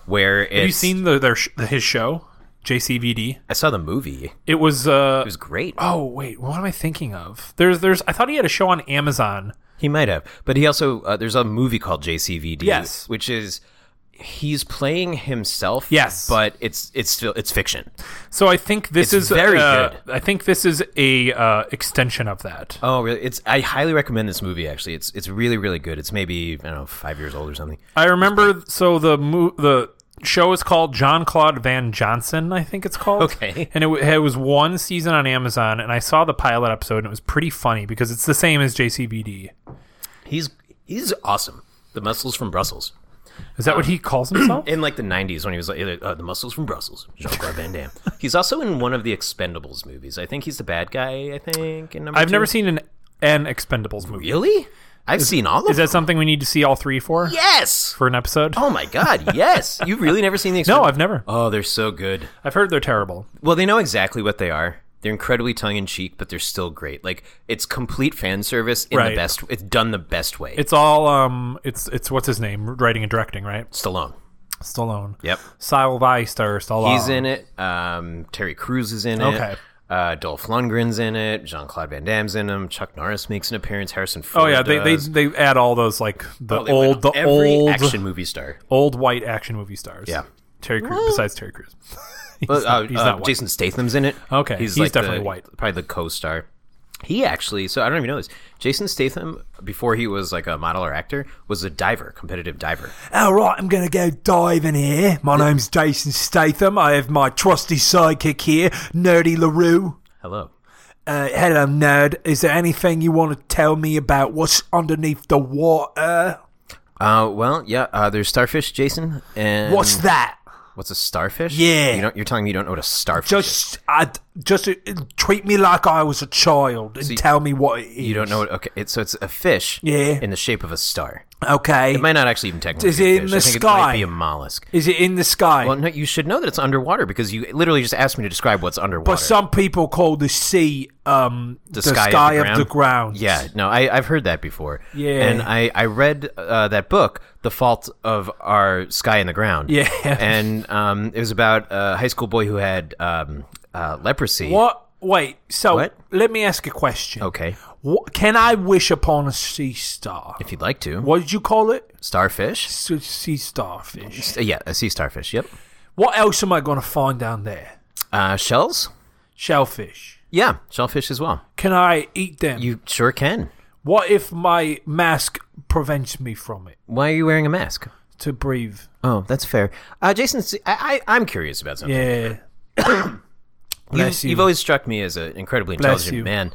where it's,
Have you seen the, their sh- his show, JCVD?
I saw the movie. It
It was. Uh,
was great.
oh wait, what am I thinking of? There's there's. I thought he had a show on Amazon.
He might have, but he also uh, there's a movie called JCVD.
Yes.
which is he's playing himself.
Yes.
but it's it's still it's fiction.
So I think this
It's
is
very
uh,
good.
I think this is a uh, extension of that.
Oh, really? It's I highly recommend this movie. Actually, it's it's really really good. It's maybe I don't know five years old or something.
I remember. So the mo- the show is called John Claude Van Johnson. I think it's called.
Okay.
And it, w- it was one season on Amazon, and I saw the pilot episode, and it was pretty funny because it's the same as JCVD.
He's he's awesome. The muscles from Brussels
Is that what he calls himself?
in like the '90s when he was like uh, the muscles from Brussels. Jean Claude Van Damme. he's also in one of the Expendables movies. I think he's the bad guy. I think in number
I've
two.
never seen an an Expendables movie.
really. I've seen all of
Is that something we need to see all three for
Yes.
for an episode?
Oh my God. Yes. You've really never seen the Expendables?
No, I've never.
Oh, they're so good.
I've heard they're terrible.
Well, they know exactly what they are. They're incredibly tongue in cheek, but they're still great. Like it's complete fan service in
Right.
the best. It's done the best way.
It's all um, it's it's what's his name, writing and directing, right?
Stallone.
Stallone.
Yep.
Sile Weist or Stallone.
He's in it. Um, Terry Crews is in it.
Okay.
Uh, Dolph Lundgren's in it. Jean Claude Van Damme's in him. Chuck Norris makes an appearance. Harrison Ford.
Oh yeah, they, they
does.
they add all those like the
Oh, they
old
went
the
every
old
action movie star.
old white action movie stars.
Yeah.
Terry Crews. Besides Terry Crews, he's,
Well, uh,
not, he's
uh,
not white.
Jason Statham's in it.
Okay, he's
the-
definitely white.
Probably the co-star. He actually, so I don't even know this. Jason Statham, before he was like a model or actor, was a diver, competitive diver.
All Oh, right, I'm gonna go diving here. My name's Jason Statham. I have my trusty sidekick here, Nerdy Larue.
Hello.
Uh, hello, nerd. Is there anything you want to tell me about what's underneath the water?
Uh, well, yeah. Uh, there's starfish, Jason. And
that?
Mm. What's a starfish?
Yeah.
You don't, you're telling me you don't know what a starfish? is?
Just I, Just uh, treat me like I was a child and
you-
tell me what it is.
You don't know what? Okay, it, so it's a fish.
Yeah.
In the shape of a star.
Okay.
It might not actually even technically.
Is
be a
it in
fish.
the
I think It might
sky?
be a mollusk.
is it in the sky?
Well, no, you should know that it's underwater because you literally just asked me to describe what's underwater.
but some people call the sea um, the,
sky of the
of the ground.
Yeah, no, I, I've heard that before.
Yeah.
and I I read uh, that book, The Fault of Our Sky and the Ground.
Yeah.
and um, it was about a high school boy who had um, uh, leprosy.
What? Wait. So
What?
let me ask a question.
Okay,
Wha- can I wish upon a sea star?
if you'd like to,
What did you call it?
starfish.
S- Sea starfish.
Uh, yeah, a sea starfish. Yep.
What else am I going to find down there?
Uh, shells.
Shellfish.
Yeah, shellfish as well.
Can I eat them?
You sure can.
what if my mask prevents me from it
Why are you wearing a mask?
to breathe?
Oh, that's fair. Uh, Jason, see, I, I, I'm curious about something.
Yeah.
You've,
Bless you.
you've always struck me as an incredibly
Bless
intelligent
you.
man.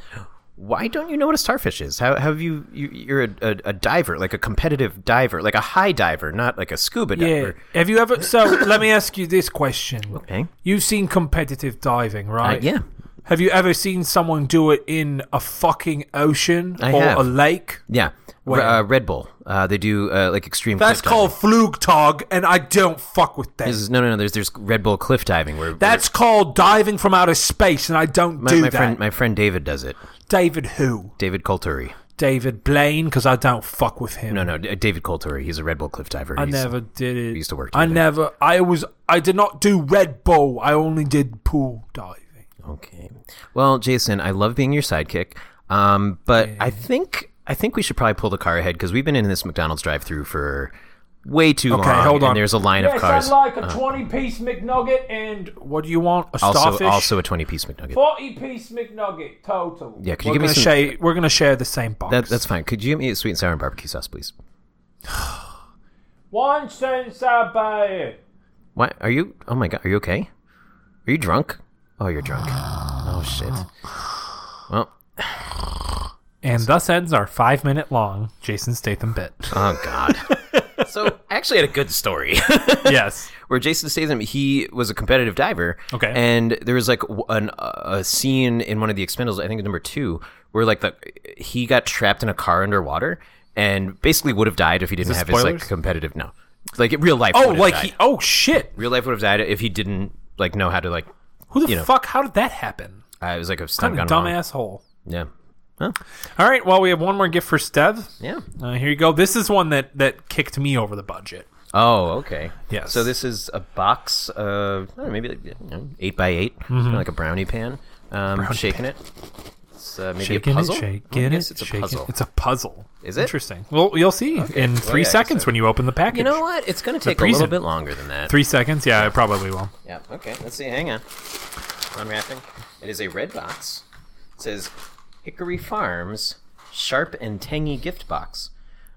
Why don't you know what a starfish is? How, how have you, you? You're a, a, a diver, like a competitive diver, like a high diver, not like a scuba
yeah.
diver.
Have you ever? So let me ask you this question.
Okay.
You've seen competitive diving,
Uh,
right?
yeah.
Have you ever seen someone do it in a fucking ocean
I
or
have.
a lake?
Yeah. R- uh, Red Bull. Uh, they do uh, like extreme.
That's
cliff diving.
called flugtag, and I don't fuck with that.
This is- no, no, no. There's there's Red Bull cliff diving where
That's called diving from outer space, and I don't
where-
do
my, my
that.
friend my friend David does it.
David who?
David Colturi.
David Blaine, because I don't fuck with him.
No, no, D- David Colturi. He's a Red Bull cliff diver.
I
He's-
never did it.
used to work
I
together.
never. I was. I did not do Red Bull. I only did pool diving.
Okay. Well, Jason, I love being your sidekick, um, but I think I think we should probably pull the car ahead because we've been in this McDonald's drive-through for way too
Okay,
long.
hold on.
And there's a line of cars. Uh-huh.
like a twenty-piece McNugget and what do you want? A
also,
starfish.
also a twenty-piece McNugget.
forty-piece McNugget total.
Yeah, could you
we're
give me
gonna
some-
share, We're gonna share the same box.
That, that's fine. Could you give me a sweet and sour and barbecue sauce, please?
one cent by it.
Why are you? Oh my god, are you okay? Are you drunk? Oh, you're drunk. Oh shit. Well,
And thus ends our five-minute long Jason Statham bit.
oh god. so I actually had a good story.
yes.
where Jason Statham he was a competitive diver.
Okay.
And there was like w- an, a scene in one of the Expendables, I think it's number two, where like the he got trapped in a car underwater and basically would have died if he didn't
this
have his
spoilers?
like competitive no, like real life.
Oh,
would have
like
died.
he. Oh shit!
real life would have died if he didn't like know how to like.
Who the
You know.
fuck? How did that happen?
Uh, it was like a
Kind
stunt gun.
of dumb
wrong.
asshole.
Yeah. Huh?
All right. Well, we have one more gift for Stev.
Yeah.
Uh, here you go. This is one that that kicked me over the budget.
Oh, okay.
Yes.
So this is a box of I don't know, maybe like, you know, eight by 8
Mm-hmm.
kinda like a brownie pan. Um, shaking it. It's uh, maybe a puzzle.
it,
Oh,
shaking it,
yes, it's
shaking
a
it.
puzzle.
It's a puzzle.
Is it?
interesting? Well, you'll see in three
yeah, I guess
seconds
so.
when you open the package.
You know what? It's going to take a
prison.
little bit longer than that.
Three seconds? Yeah, it probably will.
Yeah. Okay. Let's see. Hang on. Unwrapping. It is a red box. It says Hickory Farms Sharp and Tangy Gift Box.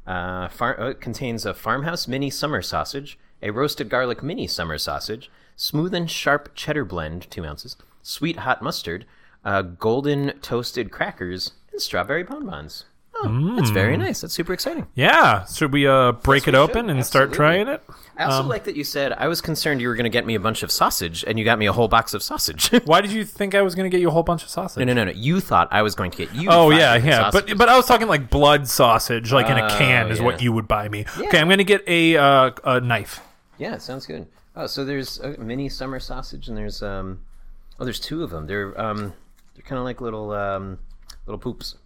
Uh, far- oh, it contains a farmhouse mini summer sausage, a roasted garlic mini summer sausage, smooth and sharp cheddar blend, two ounces, sweet hot mustard, uh, golden toasted crackers, and strawberry bonbons. Oh, That's very nice. That's super exciting.
Yeah. Should we uh break
we
it open
should.
and
Absolutely.
start trying it?
I also like that you said I was concerned you were going to get me a bunch of sausage, and you got me a whole box of sausage. no,
Why did you think I was going to get you a whole bunch of sausage?
no, no, no. You thought I was going to get you.
Oh
five
yeah,
different
yeah.
sausages.
But but I was talking like blood sausage, like in a
Oh,
can, is what
yeah.
you would buy me. Okay, I'm gonna get a uh, a knife.
yeah, sounds good. Oh, so there's a mini summer sausage, and there's um, oh, there's two of them. They're um, they're kind of like little um, little poops.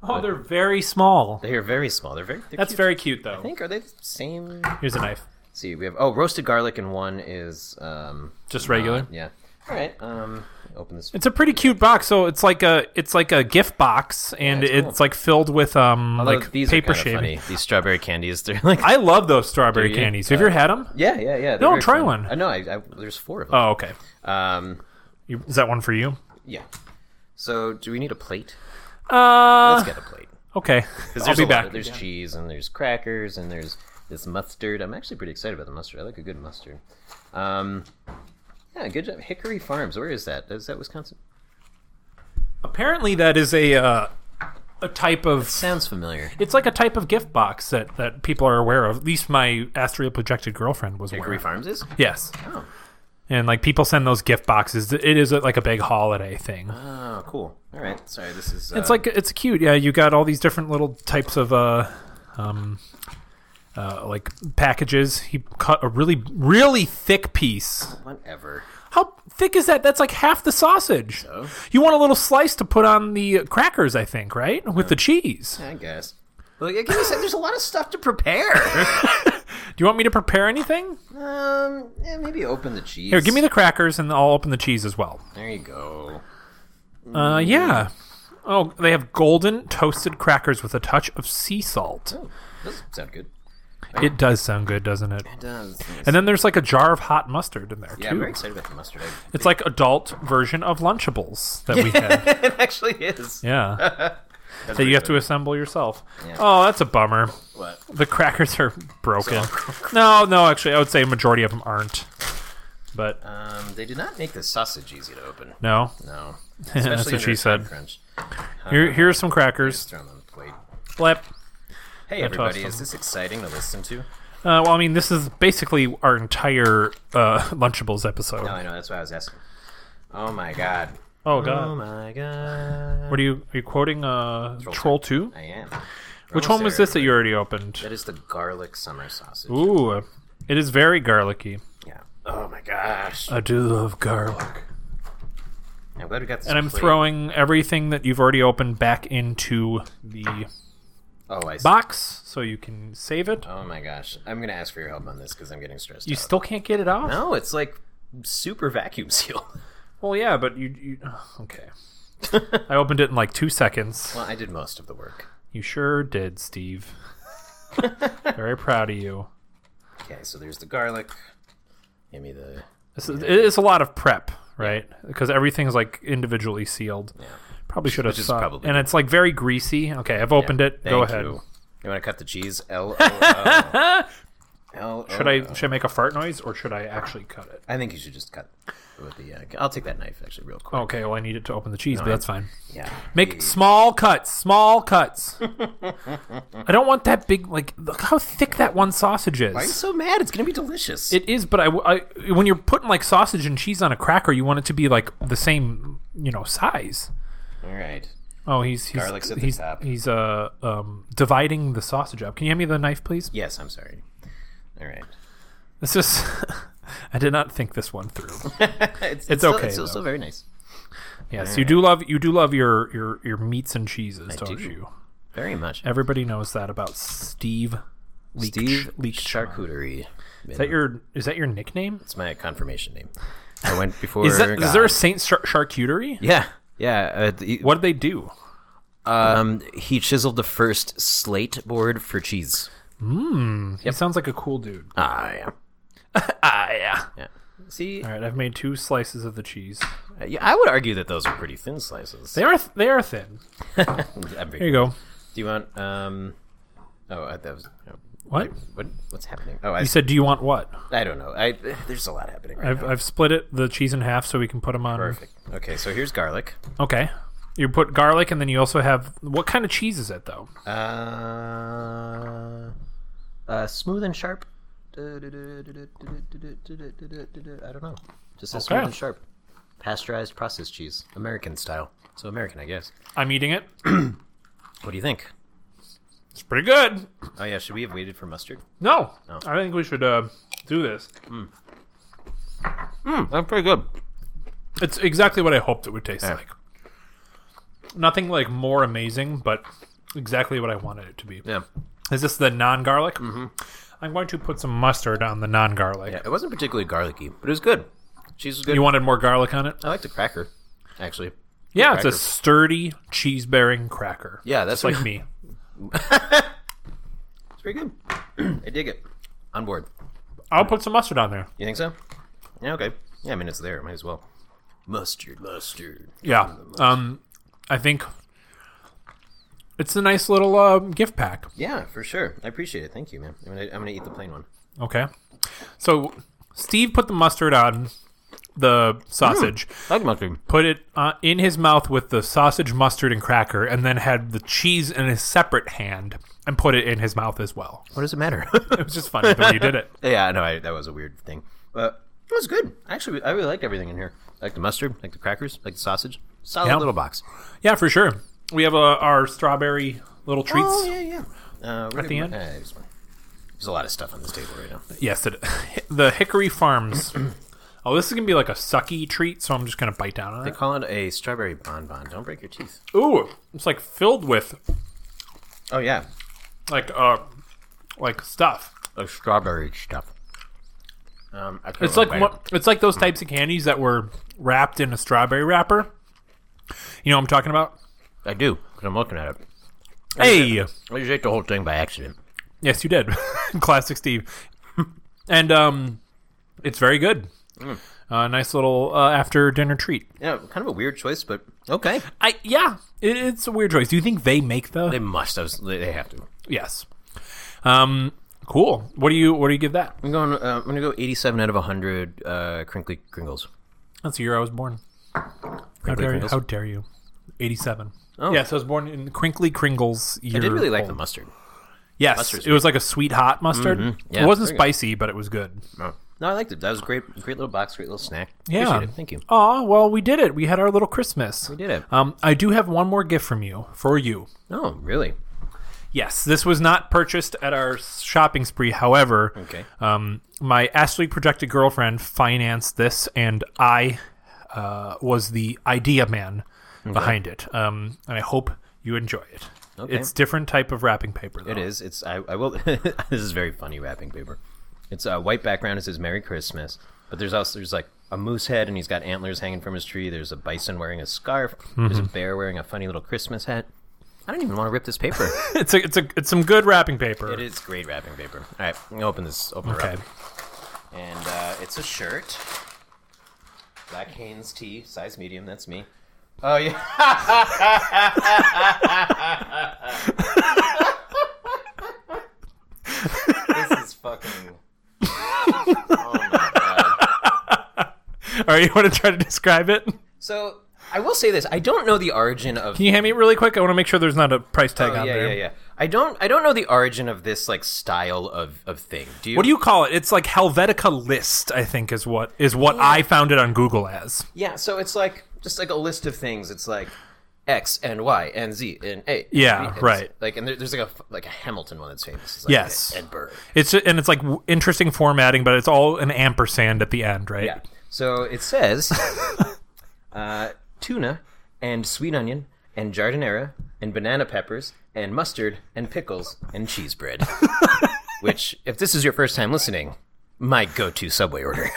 Oh, they're very small.
They are very small. They're very. They're
That's
cute.
very cute, though.
I think are they the same?
Here's a knife,
Let's see, we have oh roasted garlic, and one is um,
just regular.
yeah. All right, um, open this.
It's a pretty cute box. So it's like a it's like a gift box, and
it's
it's,
cool.
like filled with um
Although
like
these
paper
are kind of
shaving.
funny. These strawberry candies, they're like
I love those strawberry
Do you? Uh,
candies. Have you ever had them?
Yeah, yeah, yeah.
No, try one.
I know. Uh, I, I, there's four of them.
Oh, okay.
Um,
You, is that one for you?
yeah. So, do we need a plate?
Uh,
Let's get a plate.
okay.
'Cause
I'll
there's
be
a lot.
back.
There's cheese and there's crackers and there's this mustard. I'm actually pretty excited about the mustard. I like a good mustard. Um, yeah, good job. Hickory Farms. Where is that? Is that Wisconsin?
Apparently, that is a uh, a type of
Sounds familiar.
It's like a type of gift box that, that people are aware of. At least my astral projected girlfriend was aware
Hickory
of.
Farms is.
Yes.
Oh.
and like people send those gift boxes. It is like a big holiday thing.
Oh, cool. All right. Sorry, this is. uh,
It's like it's cute. Yeah, you got all these different little types of uh, um, uh, like packages. He cut a really really thick piece.
whatever.
How thick is that? That's like half the sausage.
So?
You want a little slice to put on the crackers, I think, right? With the cheese.
I guess. Look, like I said, there's a lot of stuff to prepare.
Do you want me to prepare anything?
um, yeah, maybe open the cheese.
Here, give me the crackers, and I'll open the cheese as well.
There you go. Mm.
Uh, yeah. Oh, they have golden toasted crackers with a touch of sea salt.
Oh, does sound good.
It does sound good, doesn't it?
It does.
And then there's like a jar of hot mustard in there
yeah, I'm
too.
very excited about the mustard. I-
It's like adult version of Lunchables that we had.
it actually is.
Yeah. that you have to assemble yourself.
Yeah.
Oh, that's a bummer.
What?
The crackers are broken. no, no, actually, I would say a majority of them aren't. But
Um, they did not make the sausage easy to open.
no,
No.
that's
Especially
what she
under
said.
Crunch.
Here, here are some crackers.
Just throw them on the plate.
Blep.
Hey,
tossed
everybody, is
them.
this exciting to listen to?
Uh, well, I mean, this is basically our entire uh, Lunchables episode.
No, I know. That's why I was asking. Oh my god.
Oh
Oh
god,
my god.
what are you? Are you quoting uh, Troll, Two?
I am. We're
Which
almost
one was
there.
this that you already opened?
That is the garlic summer sausage.
Ooh, it is very garlicky.
Yeah. Oh my gosh.
I do love garlic.
I'm glad we got this.
And I'm
plate.
throwing everything that you've already opened back into the
Oh, I see.
box so you can save it.
Oh my gosh. I'm gonna ask for your help on this because I'm getting stressed
You
out.
still can't get it off.
no, it's like super vacuum sealed.
Well, yeah, but you, you okay. I opened it in like two seconds.
well, I did most of the work.
You sure did, Steve. Very proud of you.
Okay, so there's the garlic. Give me the.
This is, it's a lot of prep, right? Because everything's like individually sealed. Probably should have
Which is
saw-
probably
and it's like very greasy. Okay, I've opened it. Go
Thank
ahead.
You, you want to cut the cheese? L O O.
Should I should I make a fart noise or should I actually cut it?
I think you should just cut with the. Uh, I'll take that knife actually real quick.
Okay, well I need it to open the cheese, but that's fine.
Yeah.
Make small cuts, small cuts. I don't want that big. Like, look how thick that one sausage is.
Why are you so mad? It's gonna be delicious.
It is, but I, I- when you're putting like sausage and cheese on a cracker, you want it to be like the same, you know, size.
All right.
Oh, he's he's
Garlic's at the
he's
top.
he's uh um dividing the sausage up. Can you hand me the knife, please?
Yes, I'm sorry. All right.
This is. I did not think this one through.
It's, it's,
okay,
Still, it's still very nice.
Yes, you do love you do love your your your meats and cheeses, don't
do.
you?
Very much.
Everybody knows that about Steve. Leach,
Steve
Leach.
Charcuterie.
Is that your is that your nickname?
It's my confirmation name. I went before.
Is that is there a
God.
Saint Char- Charcuterie?
Yeah. Yeah. Uh, the-
What do they do?
Um, he chiseled the first slate board for cheese.
He sounds like a cool dude.
Ah, yeah.
Ah, yeah.
Yeah. See,
All right, I've made two slices of the cheese.
yeah, I would argue that those are pretty thin slices.
They are th- they are thin.
I'm very-
Here you go.
Do you want um? Oh, I- that was oh,
What
what? What's happening? Oh, I,
you said? Do you want what?
I don't know. I there's a lot happening right
I've,
now.
I've split it the cheese in half so we can put them on.
Perfect. Okay, so here's garlic.
Okay. You put garlic and then you also have what kind of cheese is it though?
Uh, uh smooth and sharp. I don't know. Just says smooth
Okay.
and sharp. Pasteurized processed cheese, American style. So American, I guess.
I'm eating it.
What do you think?
It's pretty good.
Oh yeah, should we have waited for mustard?
No, I think we should uh, do this.
That's Uh, pretty good.
It's exactly what I hoped it would taste like. Nothing like more amazing, but exactly what I wanted it to be.
Yeah.
Is this the non-garlic? Mm-hmm. I'm going to put some mustard on the non-garlic.
Yeah, it wasn't particularly garlicky, but it was good. Cheese was good.
You wanted more garlic on it?
I like the cracker, actually.
Yeah, it's
cracker.
a sturdy cheese-bearing cracker.
Yeah, that's
like me.
It's pretty good. I dig it. On board.
I'll put some mustard on there.
You think so? Yeah, okay. Yeah, I mean it's there, might as well. Mustard, mustard.
Yeah. Um, I think it's a nice little uh, gift pack.
Yeah, for sure. I appreciate it. Thank you, man. I'm gonna, I'm gonna eat the plain one.
Okay. So Steve put the mustard on the sausage,
I like mustard.
put it uh, in his mouth with the sausage, mustard, and cracker, and then had the cheese in a separate hand and put it in his mouth as well.
What does it matter?
It was just funny the way you did it.
yeah, no, I, that was a weird thing. But It was good. Actually, I really liked everything in here. I like the mustard, like the crackers, like the sausage. Solid
Yeah.
little box.
Yeah, for sure. We have uh, our strawberry little treats.
Oh yeah, yeah. Uh, At
the end?
There's a lot of stuff on this table right now.
Yes, it, the Hickory Farms. oh, this is gonna be like a sucky treat, so I'm just gonna bite down on
They
it.
call it a strawberry bonbon. Don't break your teeth.
Ooh, it's like filled with
Oh yeah,
like uh like stuff.
a strawberry stuff. Um, I
It's like mo- it's like those types of candies that were wrapped in a strawberry wrapper. You know what I'm talking about?
I do because I'm looking at it.
Hey,
I just ate the whole thing by accident.
yes, you did. Classic Steve. and um, it's very good. Uh, nice little uh, after dinner treat.
Yeah, kind of a weird choice, but okay.
I yeah, it, it's a weird choice. Do you think they make the?
They must. I was, they they have to.
yes. Um, cool. What do you what do you give that?
I'm going. Uh, I'm going to go 87 out of 100 uh, crinkly kringles.
That's the year I was born. How
Crinkly
dare you?
Kringles?
How dare you? Eighty-seven.
Oh.
Yes, I was born in Crinkly Kringles. Year
I did really like
old.
the mustard.
Yes,
mustard's
it was like a sweet hot mustard.
Yeah,
it wasn't
very good.
spicy, but it was good.
No, no, I liked it. That was a great. Great little box. Great little snack.
Yeah.
Appreciate it. Thank you.
Aw, well, we did it. We had our little Christmas. We
did it.
Um, I do have one more gift from you for you.
Oh, really?
Yes, this was not purchased at our shopping spree. However,
Okay.
um, my Ashley projected girlfriend financed this, and I uh, was the idea man behind it. Um, and I hope you enjoy it.
Okay.
It's different type of wrapping paper. Though.
It is. It's. I. I will. this is very funny wrapping paper. It's a white background. It says "Merry Christmas," but there's also there's like a moose head, and he's got antlers hanging from his tree. There's a bison wearing a scarf. There's a bear wearing a funny little Christmas hat. I don't even want to rip this paper.
It's a, it's a, it's some good wrapping paper.
it is great wrapping paper. All right, I'm gonna open this. Open her
Okay.
up. and uh, it's a shirt. Black Hanes tee, size medium. That's me. Oh yeah. this is fucking. Oh my god.
All right, you want to try to describe it? Can
So I will say this: I don't know the origin of.
you hand me it really quick? I want to make sure there's not a price tag
Oh,
on
yeah,
there.
yeah, yeah. I don't. I don't know the origin of this like style of of thing. Do you?
What do you call it? It's like Helvetica list, I think is what is what I found it on Google as.
Yeah, so it's like just like a list of things. It's like X and Y and Z and A.
Yeah,
And Z.
right.
Like and there, there's like a like a Hamilton one that's famous. It's like
Yes.
Ed Burr.
It's and it's like w- interesting formatting, but it's all an ampersand at the end, right?
Yeah. So it says uh, tuna and sweet onion and jardinera and banana peppers and mustard and pickles and cheese bread. Which, if this is your first time listening, my go-to Subway order.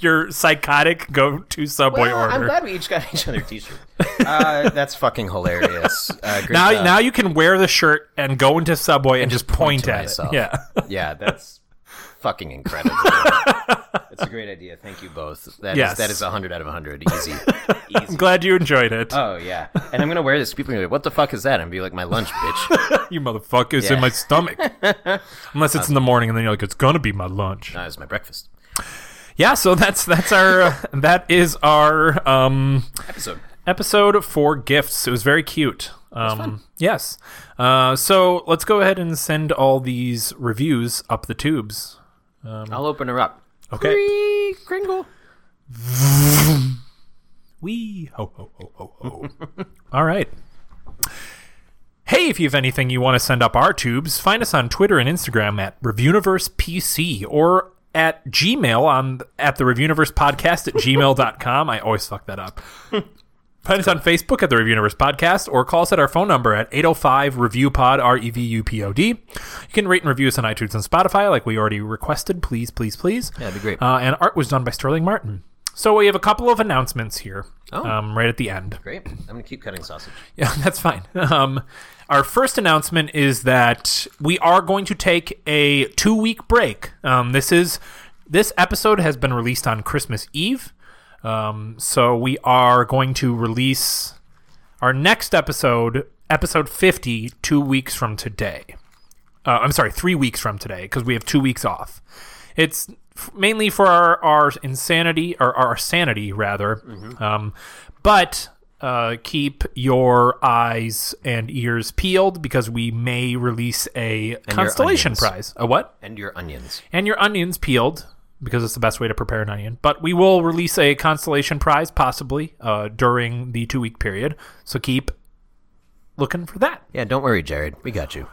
Your psychotic go to Subway
Well, I'm
order.
glad we each got each other T-shirt. Uh, that's fucking hilarious. Uh, great
now,
job.
now you can wear the shirt and go into Subway and, just point,
to
at
myself.
it. Yeah.
Yeah, that's fucking incredible. It's a great idea. Thank you both. That is
Yes.
that is 100 out of 100. Easy. Easy.
Glad you enjoyed it.
Oh, yeah. And I'm going to wear this. People are going to be like, what the fuck is that? And be like, my lunch, bitch.
you motherfuckers
yeah.
in my stomach. Unless it's in the morning and then you're like, it's gonna be my lunch.
That was my breakfast.
Yeah, so that's that's our uh, that is our um
Episode.
episode for gifts. It was very cute. Um, yes. Uh, so let's go ahead and send all these reviews up the tubes.
I'll open her up.
Okay.
Cree, Kringle.
Wee. Ho, ho, ho, ho, ho. all right. Hey, if you have anything you want to send up our tubes, find us on Twitter and Instagram at ReviewniversePC or at Gmail on at the Reviewniverse Podcast at gmail.com. I always fuck that up. Find us on Facebook at the Review Universe Podcast or call us at our phone number at 805 Review Pod, R E V U P O D. You can rate and review us on iTunes and Spotify like we already requested. Please, please, please.
Yeah, that'd be great.
Uh, and art was done by Sterling Martin. So we have a couple of announcements here
Oh.
um, right at the end.
Great. I'm going to keep cutting sausage.
Yeah, that's fine. Um, our first announcement is that we are going to take a two week break. Um, this is this episode has been released on Christmas Eve, um, so we are going to release our next episode, episode fifty, two weeks from today. Uh, I'm sorry, three weeks from today because we have two weeks off. It's f- mainly for our, our insanity or our sanity rather. Um, but uh, keep your eyes and ears peeled because we may release a constellation
onions.
prize. A what?
And your onions.
And your onions peeled because it's the best way to prepare an onion. But we will release a consolation prize possibly uh, during the two week period. So keep looking for that.
Yeah, don't worry, Jared. We got you.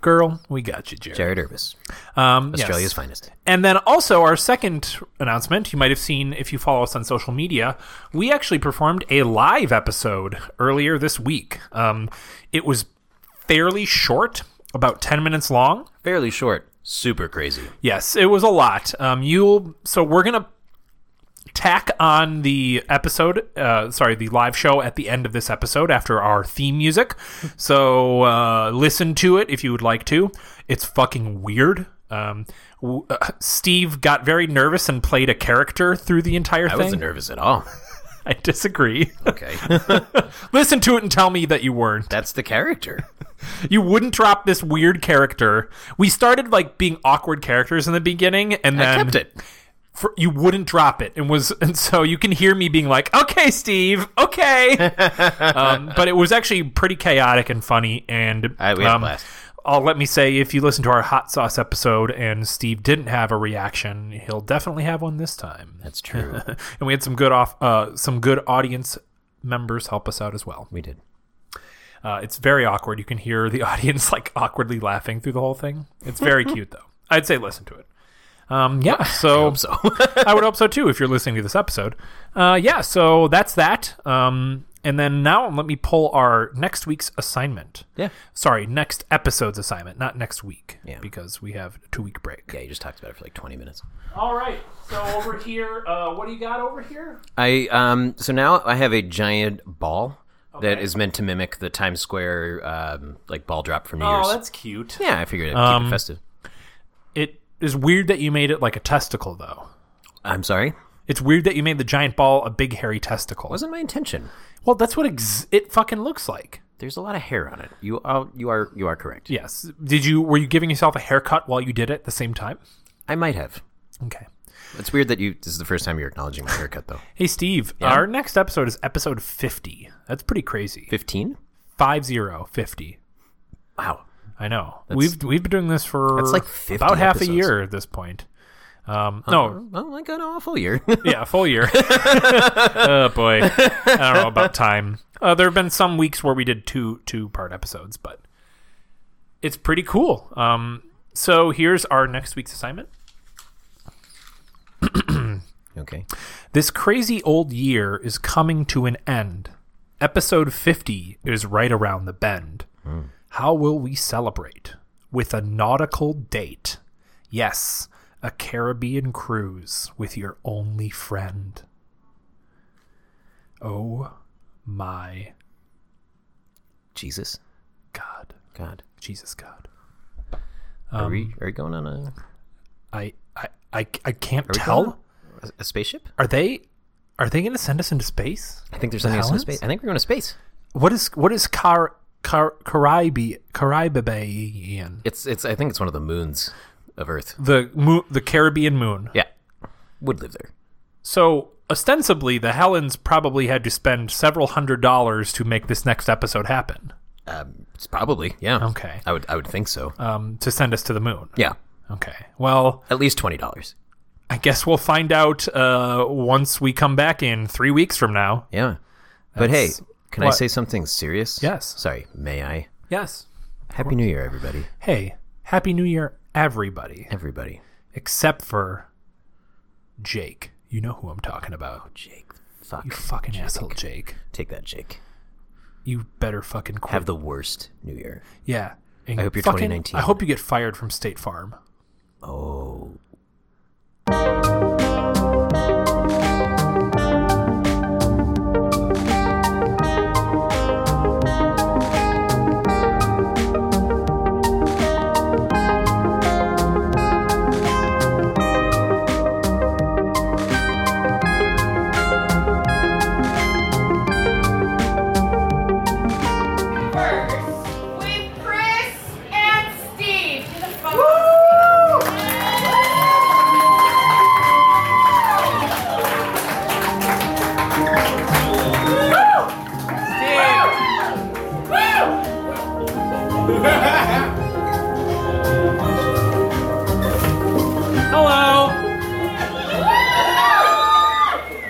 Girl, we got you, Jared.
Jared Urbis,
Um, yes.
Australia's finest.
And then also our second announcement, you might have seen if you follow us on social media, we actually performed a live episode earlier this week. Um, it was fairly short, about 10 minutes long.
Fairly short, super crazy.
Yes, it was a lot. Um, you'll so we're gonna tack on the episode, uh, sorry, the live show at the end of this episode after our theme music. So uh, listen to it if you would like to. It's fucking weird. Um, w- uh, Steve got very nervous and played a character through the entire
I
thing.
wasn't nervous at all.
I disagree.
Okay,
listen to it and tell me that you weren't.
that's the character.
You wouldn't drop this weird character. We started like being awkward characters in the beginning, and
I
then
kept it.
for, you wouldn't drop it and was and so you can hear me being like okay steve okay um, but it was actually pretty chaotic and funny and um,
right, we had a blast.
I'll let me say if you listen to our hot sauce episode and Steve didn't have a reaction, he'll definitely have one this time.
That's true.
and we had some good off uh, some good audience members help us out as well.
we did.
Uh, it's very awkward. You can hear the audience like awkwardly laughing through the whole thing. It's very cute though. I'd say listen to it. Um, yeah, so
Hope so.
I would hope so too if you're listening to this episode. Uh, yeah, so that's that. Um, and then now let me pull our next week's assignment.
yeah.
Sorry, next episode's assignment, not next week.
Yeah.
Because we have a two week break.
Yeah, you just talked about it for like 20 minutes.
All right. So over here, uh, what do you got over here?
I um so now I have a giant ball that is meant to mimic the Times Square um like ball drop from New
Oh,
Year's.
that's cute.
Yeah, I figured I'd keep it festive.
It is weird that you made it like a testicle, though.
I'm sorry.
It's weird that you made the giant ball a big hairy testicle.
Wasn't my intention.
Well, that's what ex- it fucking looks like.
There's a lot of hair on it. You are you are you are correct.
Yes. Did you were you giving yourself a haircut while you did it at the same time?
I might have.
Okay.
It's weird that you this is the first time you're acknowledging my haircut though.
Hey Steve, our next episode is episode 50. That's pretty crazy.
15?
5050.
Wow.
I know. we've we've been doing this for
That's like 50
about half a
episodes.
year at this point. Um, no,
Oh, like an awful year.
yeah, a full year. oh boy. I don't know about time. Uh, there have been some weeks where we did two two part episodes, but it's pretty cool. Um, so here's our next week's assignment.
okay.
This crazy old year is coming to an end. Episode 50 is right around the bend. How will we celebrate? With a nautical date. Yes, a Caribbean cruise with your only friend. Oh my
Jesus.
God.
God.
Jesus God.
Are we are we going on a
I I I, I can't
we
tell.
going a, a spaceship?
Are they are they going to send us into space?
I think there's something else in
Helens?
space. I think we're going to space.
What is what is car car Caribbean Caribbean?
It's it's I think it's one of the moons of Earth.
the mo- the Caribbean moon.
Yeah. Would live there.
So ostensibly, the Helens probably had to spend several hundred dollars to make this next episode happen.
Um, it's probably yeah.
Okay.
I would I would think so.
Um, to send us to the moon.
yeah,
Okay. Well,
at least twenty dollars.
I guess we'll find out uh, once we come back in three weeks from now.
Yeah, but hey, can I
what?
say something serious?
Yes.
Sorry, may I?
Yes.
Happy New Year, everybody!
Hey, happy New Year, everybody,
Everybody,
except for Jake. You know who I'm talking about.
Jake. Fuck,
You fucking asshole, Jake.
take that, Jake.
You better fucking quit.
Have the worst New Year.
yeah. And
I hope you're
fucking-
2019.
I hope you get fired from State Farm.
Oh.
First, we Chris and Steve. Get the fuck off.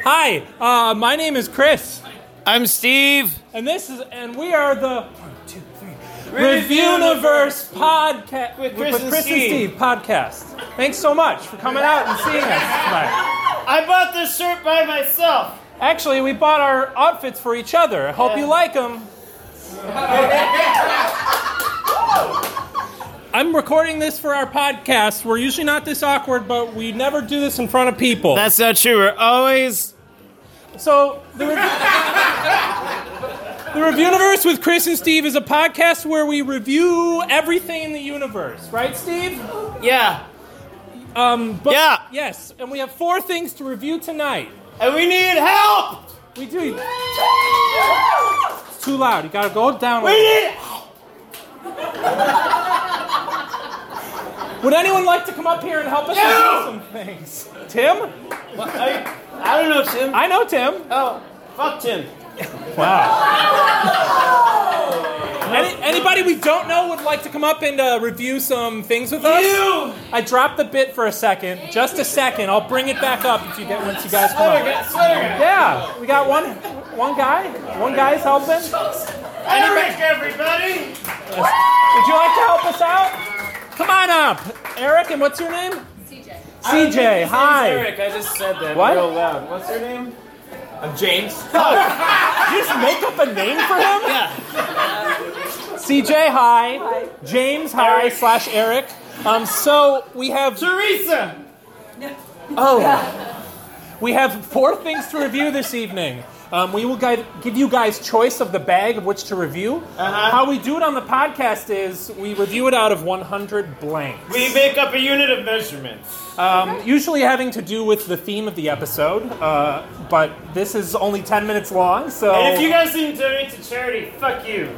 Hi, uh, my name is Chris,
I'm Steve.
and this is and we are the one, two, three, Reviewniverse podcast with,
Chris and Steve.
podcast. Thanks so much for coming out and seeing us tonight.
I bought this shirt by myself.
Actually, we bought our outfits for each other. I hope you like them. I'm recording this for our podcast. We're usually not this awkward, but we never do this in front of people.
That's not true. We're always.
So the, rev- the Reviewniverse with Chris and Steve is a podcast where we review everything in the universe, right, Steve?
Yeah.
Um, but,
Yeah.
Yes, and we have four things to review tonight.
And we need help!
We do. It's too loud. You gotta go down. a
We
little.
need.
Would anyone like to come up here and help us review some things? Tim?
I, I don't know, Tim.
I know Tim.
Oh, fuck Tim.
Any, anybody we don't know would like to come up and uh, review some things with us?
You!
I dropped the bit for a second, just a second. I'll bring it back up if you get once you guys come
Sweater
up.
guy, sweater guy.
Yeah, we got one, one guy. One guy's helping. Would
Eric, everybody!
you like to help us out? Come on up, Eric. And what's your name? CJ. CJ. Hi.
Eric, I just said that
What?
real loud. What's your name? I'm James.
Did you just make up a name for him? Yeah. CJ. Hi. James. Hi. Slash Eric. Um. So we have
Teresa!
Oh. We have four things to review this evening. Um, we will guide, give you guys choice of the bag of which to review.
Uh-huh.
How we do it on the podcast is we review it out of 100 blank.
We make up a unit of measurement.
Um, usually having to do with the theme of the episode, uh, but this is only 10 minutes long, so
And if you guys didn't donate to charity, fuck you.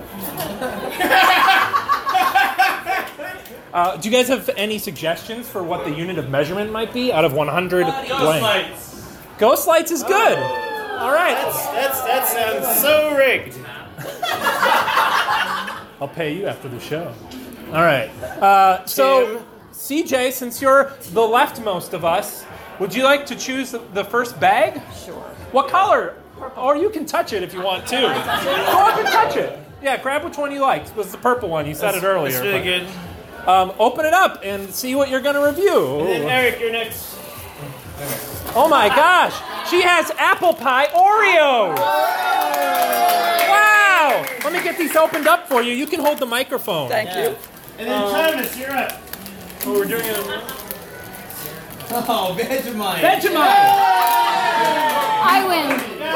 uh, do you guys have any suggestions for what the unit of measurement might be out of 100 blank?
Uh, lights. Oh.
Ghost lights is good. All right,
That's, that sounds so rigged.
I'll pay you after the show. All right. Uh, so, CJ, since you're the leftmost of us, would you like to choose the- the first bag? Sure. What color? Or you can touch it if you want to. Go up and touch it. Yeah, grab which one you liked. It was the purple one. You said it earlier.
That's really
but-
good.
Um, open it up and see what you're going to
And
review.
Eric, you're next.
Oh my gosh. She has apple pie Oreo. Wow. Let me get these opened up for you. You can hold the microphone.
Thank you.
And then Thomas, you're up. Um, Oh, we're doing it on
Oh, Vegemite.
Vegemite.
I win. I think I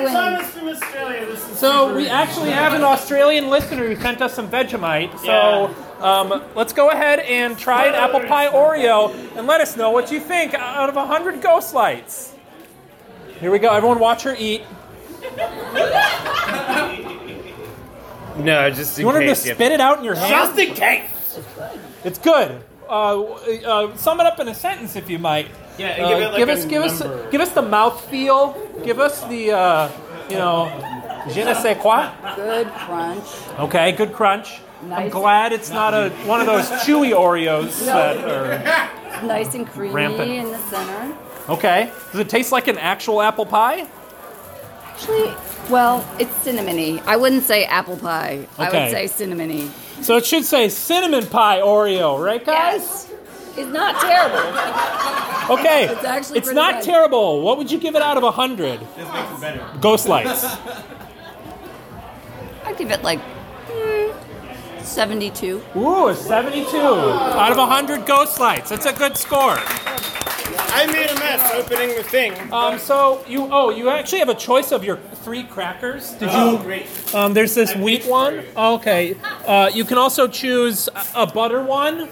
win.
Thomas from Australia. This is
So we actually have an Australian listener who sent us some Vegemite. So um, let's go ahead and try an apple pie Oreo and let us know what you think out of 100 ghost lights. Here we go. Everyone watch her eat.
no, just in
You want her to
case.
spit it out in your hand?
Just in case.
It's good. Uh, uh, sum it up in a sentence if you might.
Yeah,
Uh,
and give it like
give
a
us, give
number.
us, give us the mouth feel. Give us the, uh, you know, je ne sais quoi.
Good crunch.
Okay, good crunch. I'm
Nice.
glad it's not a one of those chewy Oreos that are.
Nice and creamy
Rampant.
in the center.
Okay. Does it taste like an actual apple pie?
Actually, well, it's cinnamony. I wouldn't say apple pie. I
Okay.
would say cinnamony.
So it should say cinnamon pie Oreo, right, guys?
Yes. It's not terrible.
Okay.
It's actually
It's
pretty
not
good.
terrible. What would you give it out of 100? Ghost lights.
I'd give it like mm, 72.
Ooh, a 72 out of 100 ghost lights. That's a good score.
I made a mess opening the thing.
Um, so you oh you actually have a choice of your three crackers. Did
Oh, great.
you? Um, there's this wheat one. Okay. Uh, you can also choose a- a butter one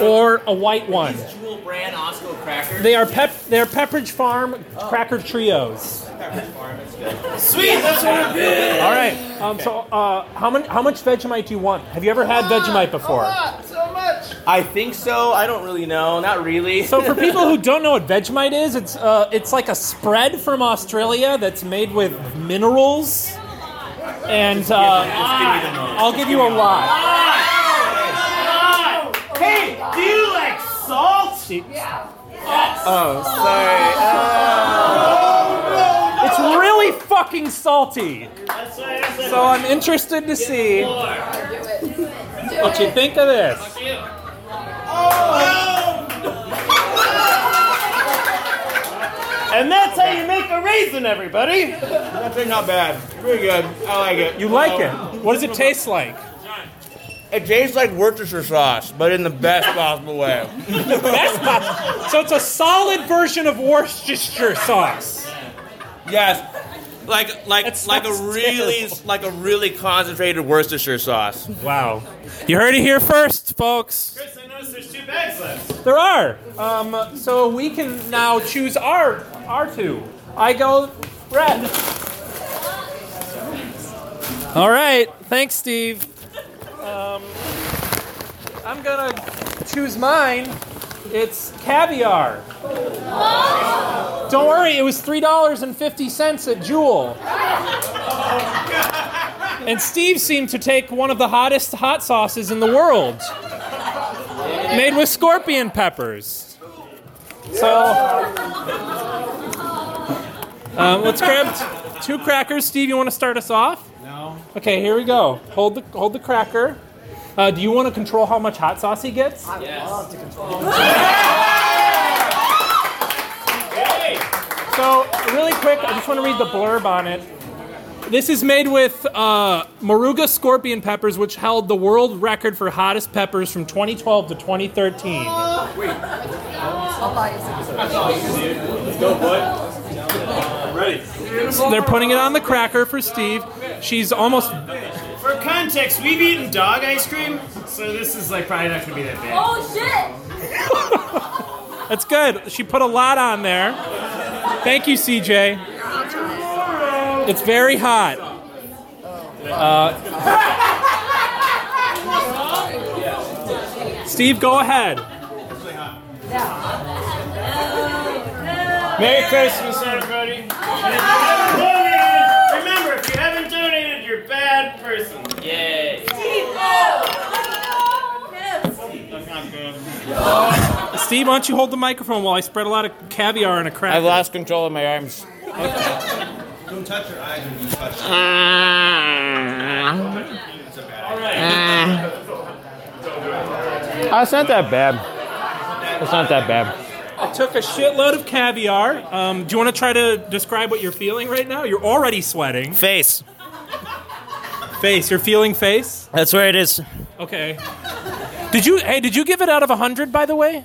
or a white one.
Jewel brand Osco cracker.
They are pep. They are Pepperidge Farm cracker trios.
Sweet, that's what I'm doing.
All right. Um, so, uh, how many? How much Vegemite do you want? Have you ever had Vegemite before?
I think so. I don't really know. Not really.
So, for people who don't know what Vegemite is, it's uh, it's like a spread from Australia that's made with minerals. And uh, I'll give you a lot.
Hey, do you like salt?
Oh, sorry.
fucking salty. So I'm interested to see what you think of this.
And that's how you make a raisin, everybody. That's not bad. Pretty good. I like it.
You like it? What does it taste like?
It tastes like Worcestershire sauce, but in the best possible way.
That's not- so it's a solid version of Worcestershire sauce.
Yes. Like like
That
like a
sounds
really
terrible.
like a really concentrated Worcestershire sauce.
Wow. You heard it here first, folks.
Chris, I noticed there's two bags left.
There are. Um, so we can now choose our our two. I go red. All right. Thanks, Steve. Um, I'm gonna choose mine. It's caviar. Don't worry, it was three dollars and fifty cents at Jewel. And Steve seemed to take one of the hottest hot sauces in the world made with scorpion peppers. So, um, let's grab t- two crackers. Steve, you want to start us off? No. Okay, here we go. Hold the hold the cracker. Uh, do you want to control how much hot sauce he gets? So, really quick, I just want to read the blurb on it. This is made with uh, Moruga scorpion peppers, which held the world record for hottest peppers from 2012 to 2013.
Ready.
So they're putting it on the cracker for Steve. She's almost.
For context, we've eaten dog ice cream, so this is like probably not gonna be that bad.
Oh shit!
That's good. She put a lot on there. Thank you, CJ. It's very hot. Uh, Steve, go ahead.
Merry Christmas, everybody. If you haven't donated, remember, if you haven't donated, you're a bad person. Yay. That's not good.
Steve, why don't you hold the microphone while I spread a lot of caviar in a cracker?
I've lost control of my arms.
Don't touch your eyes when you touch it.
Ah, Oh, it's not that bad. It's not that bad.
I took a shitload of caviar. Um, do you want to try to describe what you're feeling right now? You're already sweating.
Face.
Face, you're feeling face?
That's where it is.
Okay. Did you? Hey, did you give it out of hundred? By the way,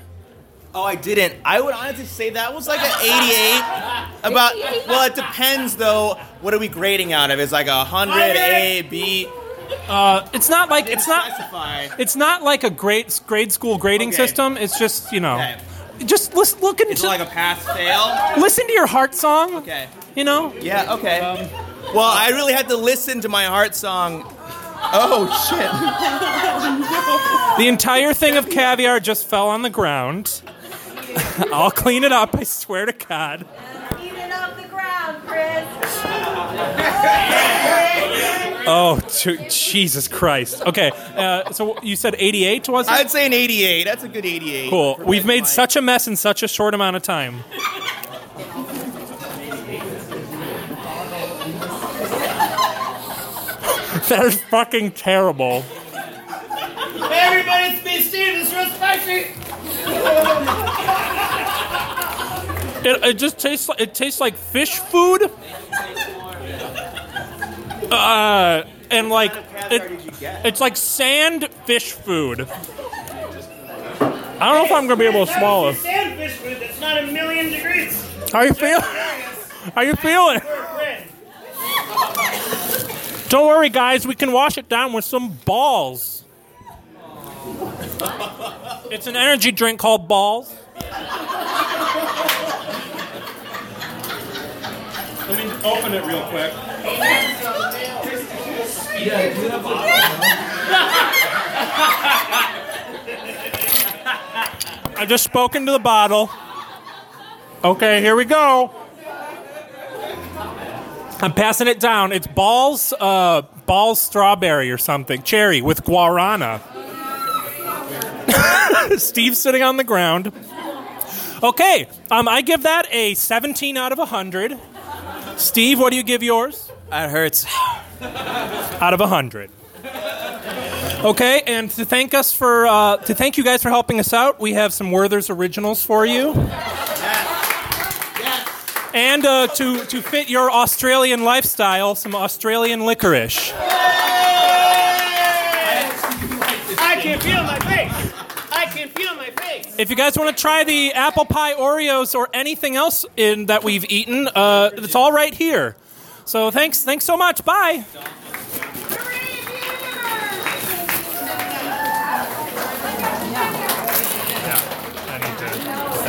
Oh, I didn't. I would honestly say that was like an 88. About well, it depends though. What are we grading out of? It's like a hundred A, B.
it's not like it's not.
Specify.
It's not like a grade grade school grading
Okay.
system. It's just you know,
Okay.
just listen, look
Is
into
it like a pass fail?
listen to your heart song.
Okay.
You know,
Yeah. Okay. well, I really had to listen to my heart song. Oh shit!
the entire thing of caviar just fell on the ground. I'll clean it up. I swear to God.
Eat it off the ground, Chris.
Oh, to, Jesus Christ. Okay, uh, so you said 88 was it?
I'd say an 88. That's a good 88.
Cool. We've made such a mess in such a short amount of time. that is fucking terrible.
Hey, everybody, it's me, Steve. This is real spicy.
It, it just tastes like it tastes like fish food. Uh, and like it, it's like sand fish food. I don't know if I'm gonna be able to swallow.
It's sandfish food that's not a million degrees.
How you feel? How you feeling?
We're red.
Don't worry, guys. We can wash it down with some balls. It's an energy drink called Balls.
Let me open it real quick.
I just spoke into the bottle. Okay, here we go. I'm passing it down. It's Balls, uh, Balls strawberry or something, cherry with guarana. Steve's sitting on the ground. Okay, um, I give that a 17 out of 100. Steve, what do you give yours?
That hurts.
Out of a hundred. Okay, and to thank us for uh, to thank you guys for helping us out, we have some Werther's originals for you. And uh, to to fit your Australian lifestyle, some Australian licorice.
I can feel my face. I can feel my face.
If you guys want to try the apple pie Oreos or anything else in that we've eaten, uh, it's all right here. So thanks, thanks so much. Bye.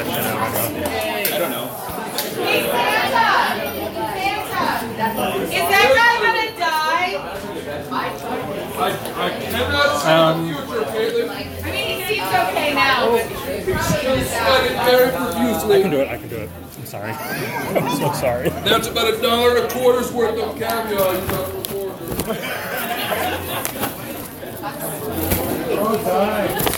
I don't know.
Is that guy gonna die?
Um,
I mean, he seems okay now. but he's probably gonna die.
I can do it. I can do it. I'm sorry. I'm so sorry.
That's about a dollar and a quarter's worth of caviar you got for four.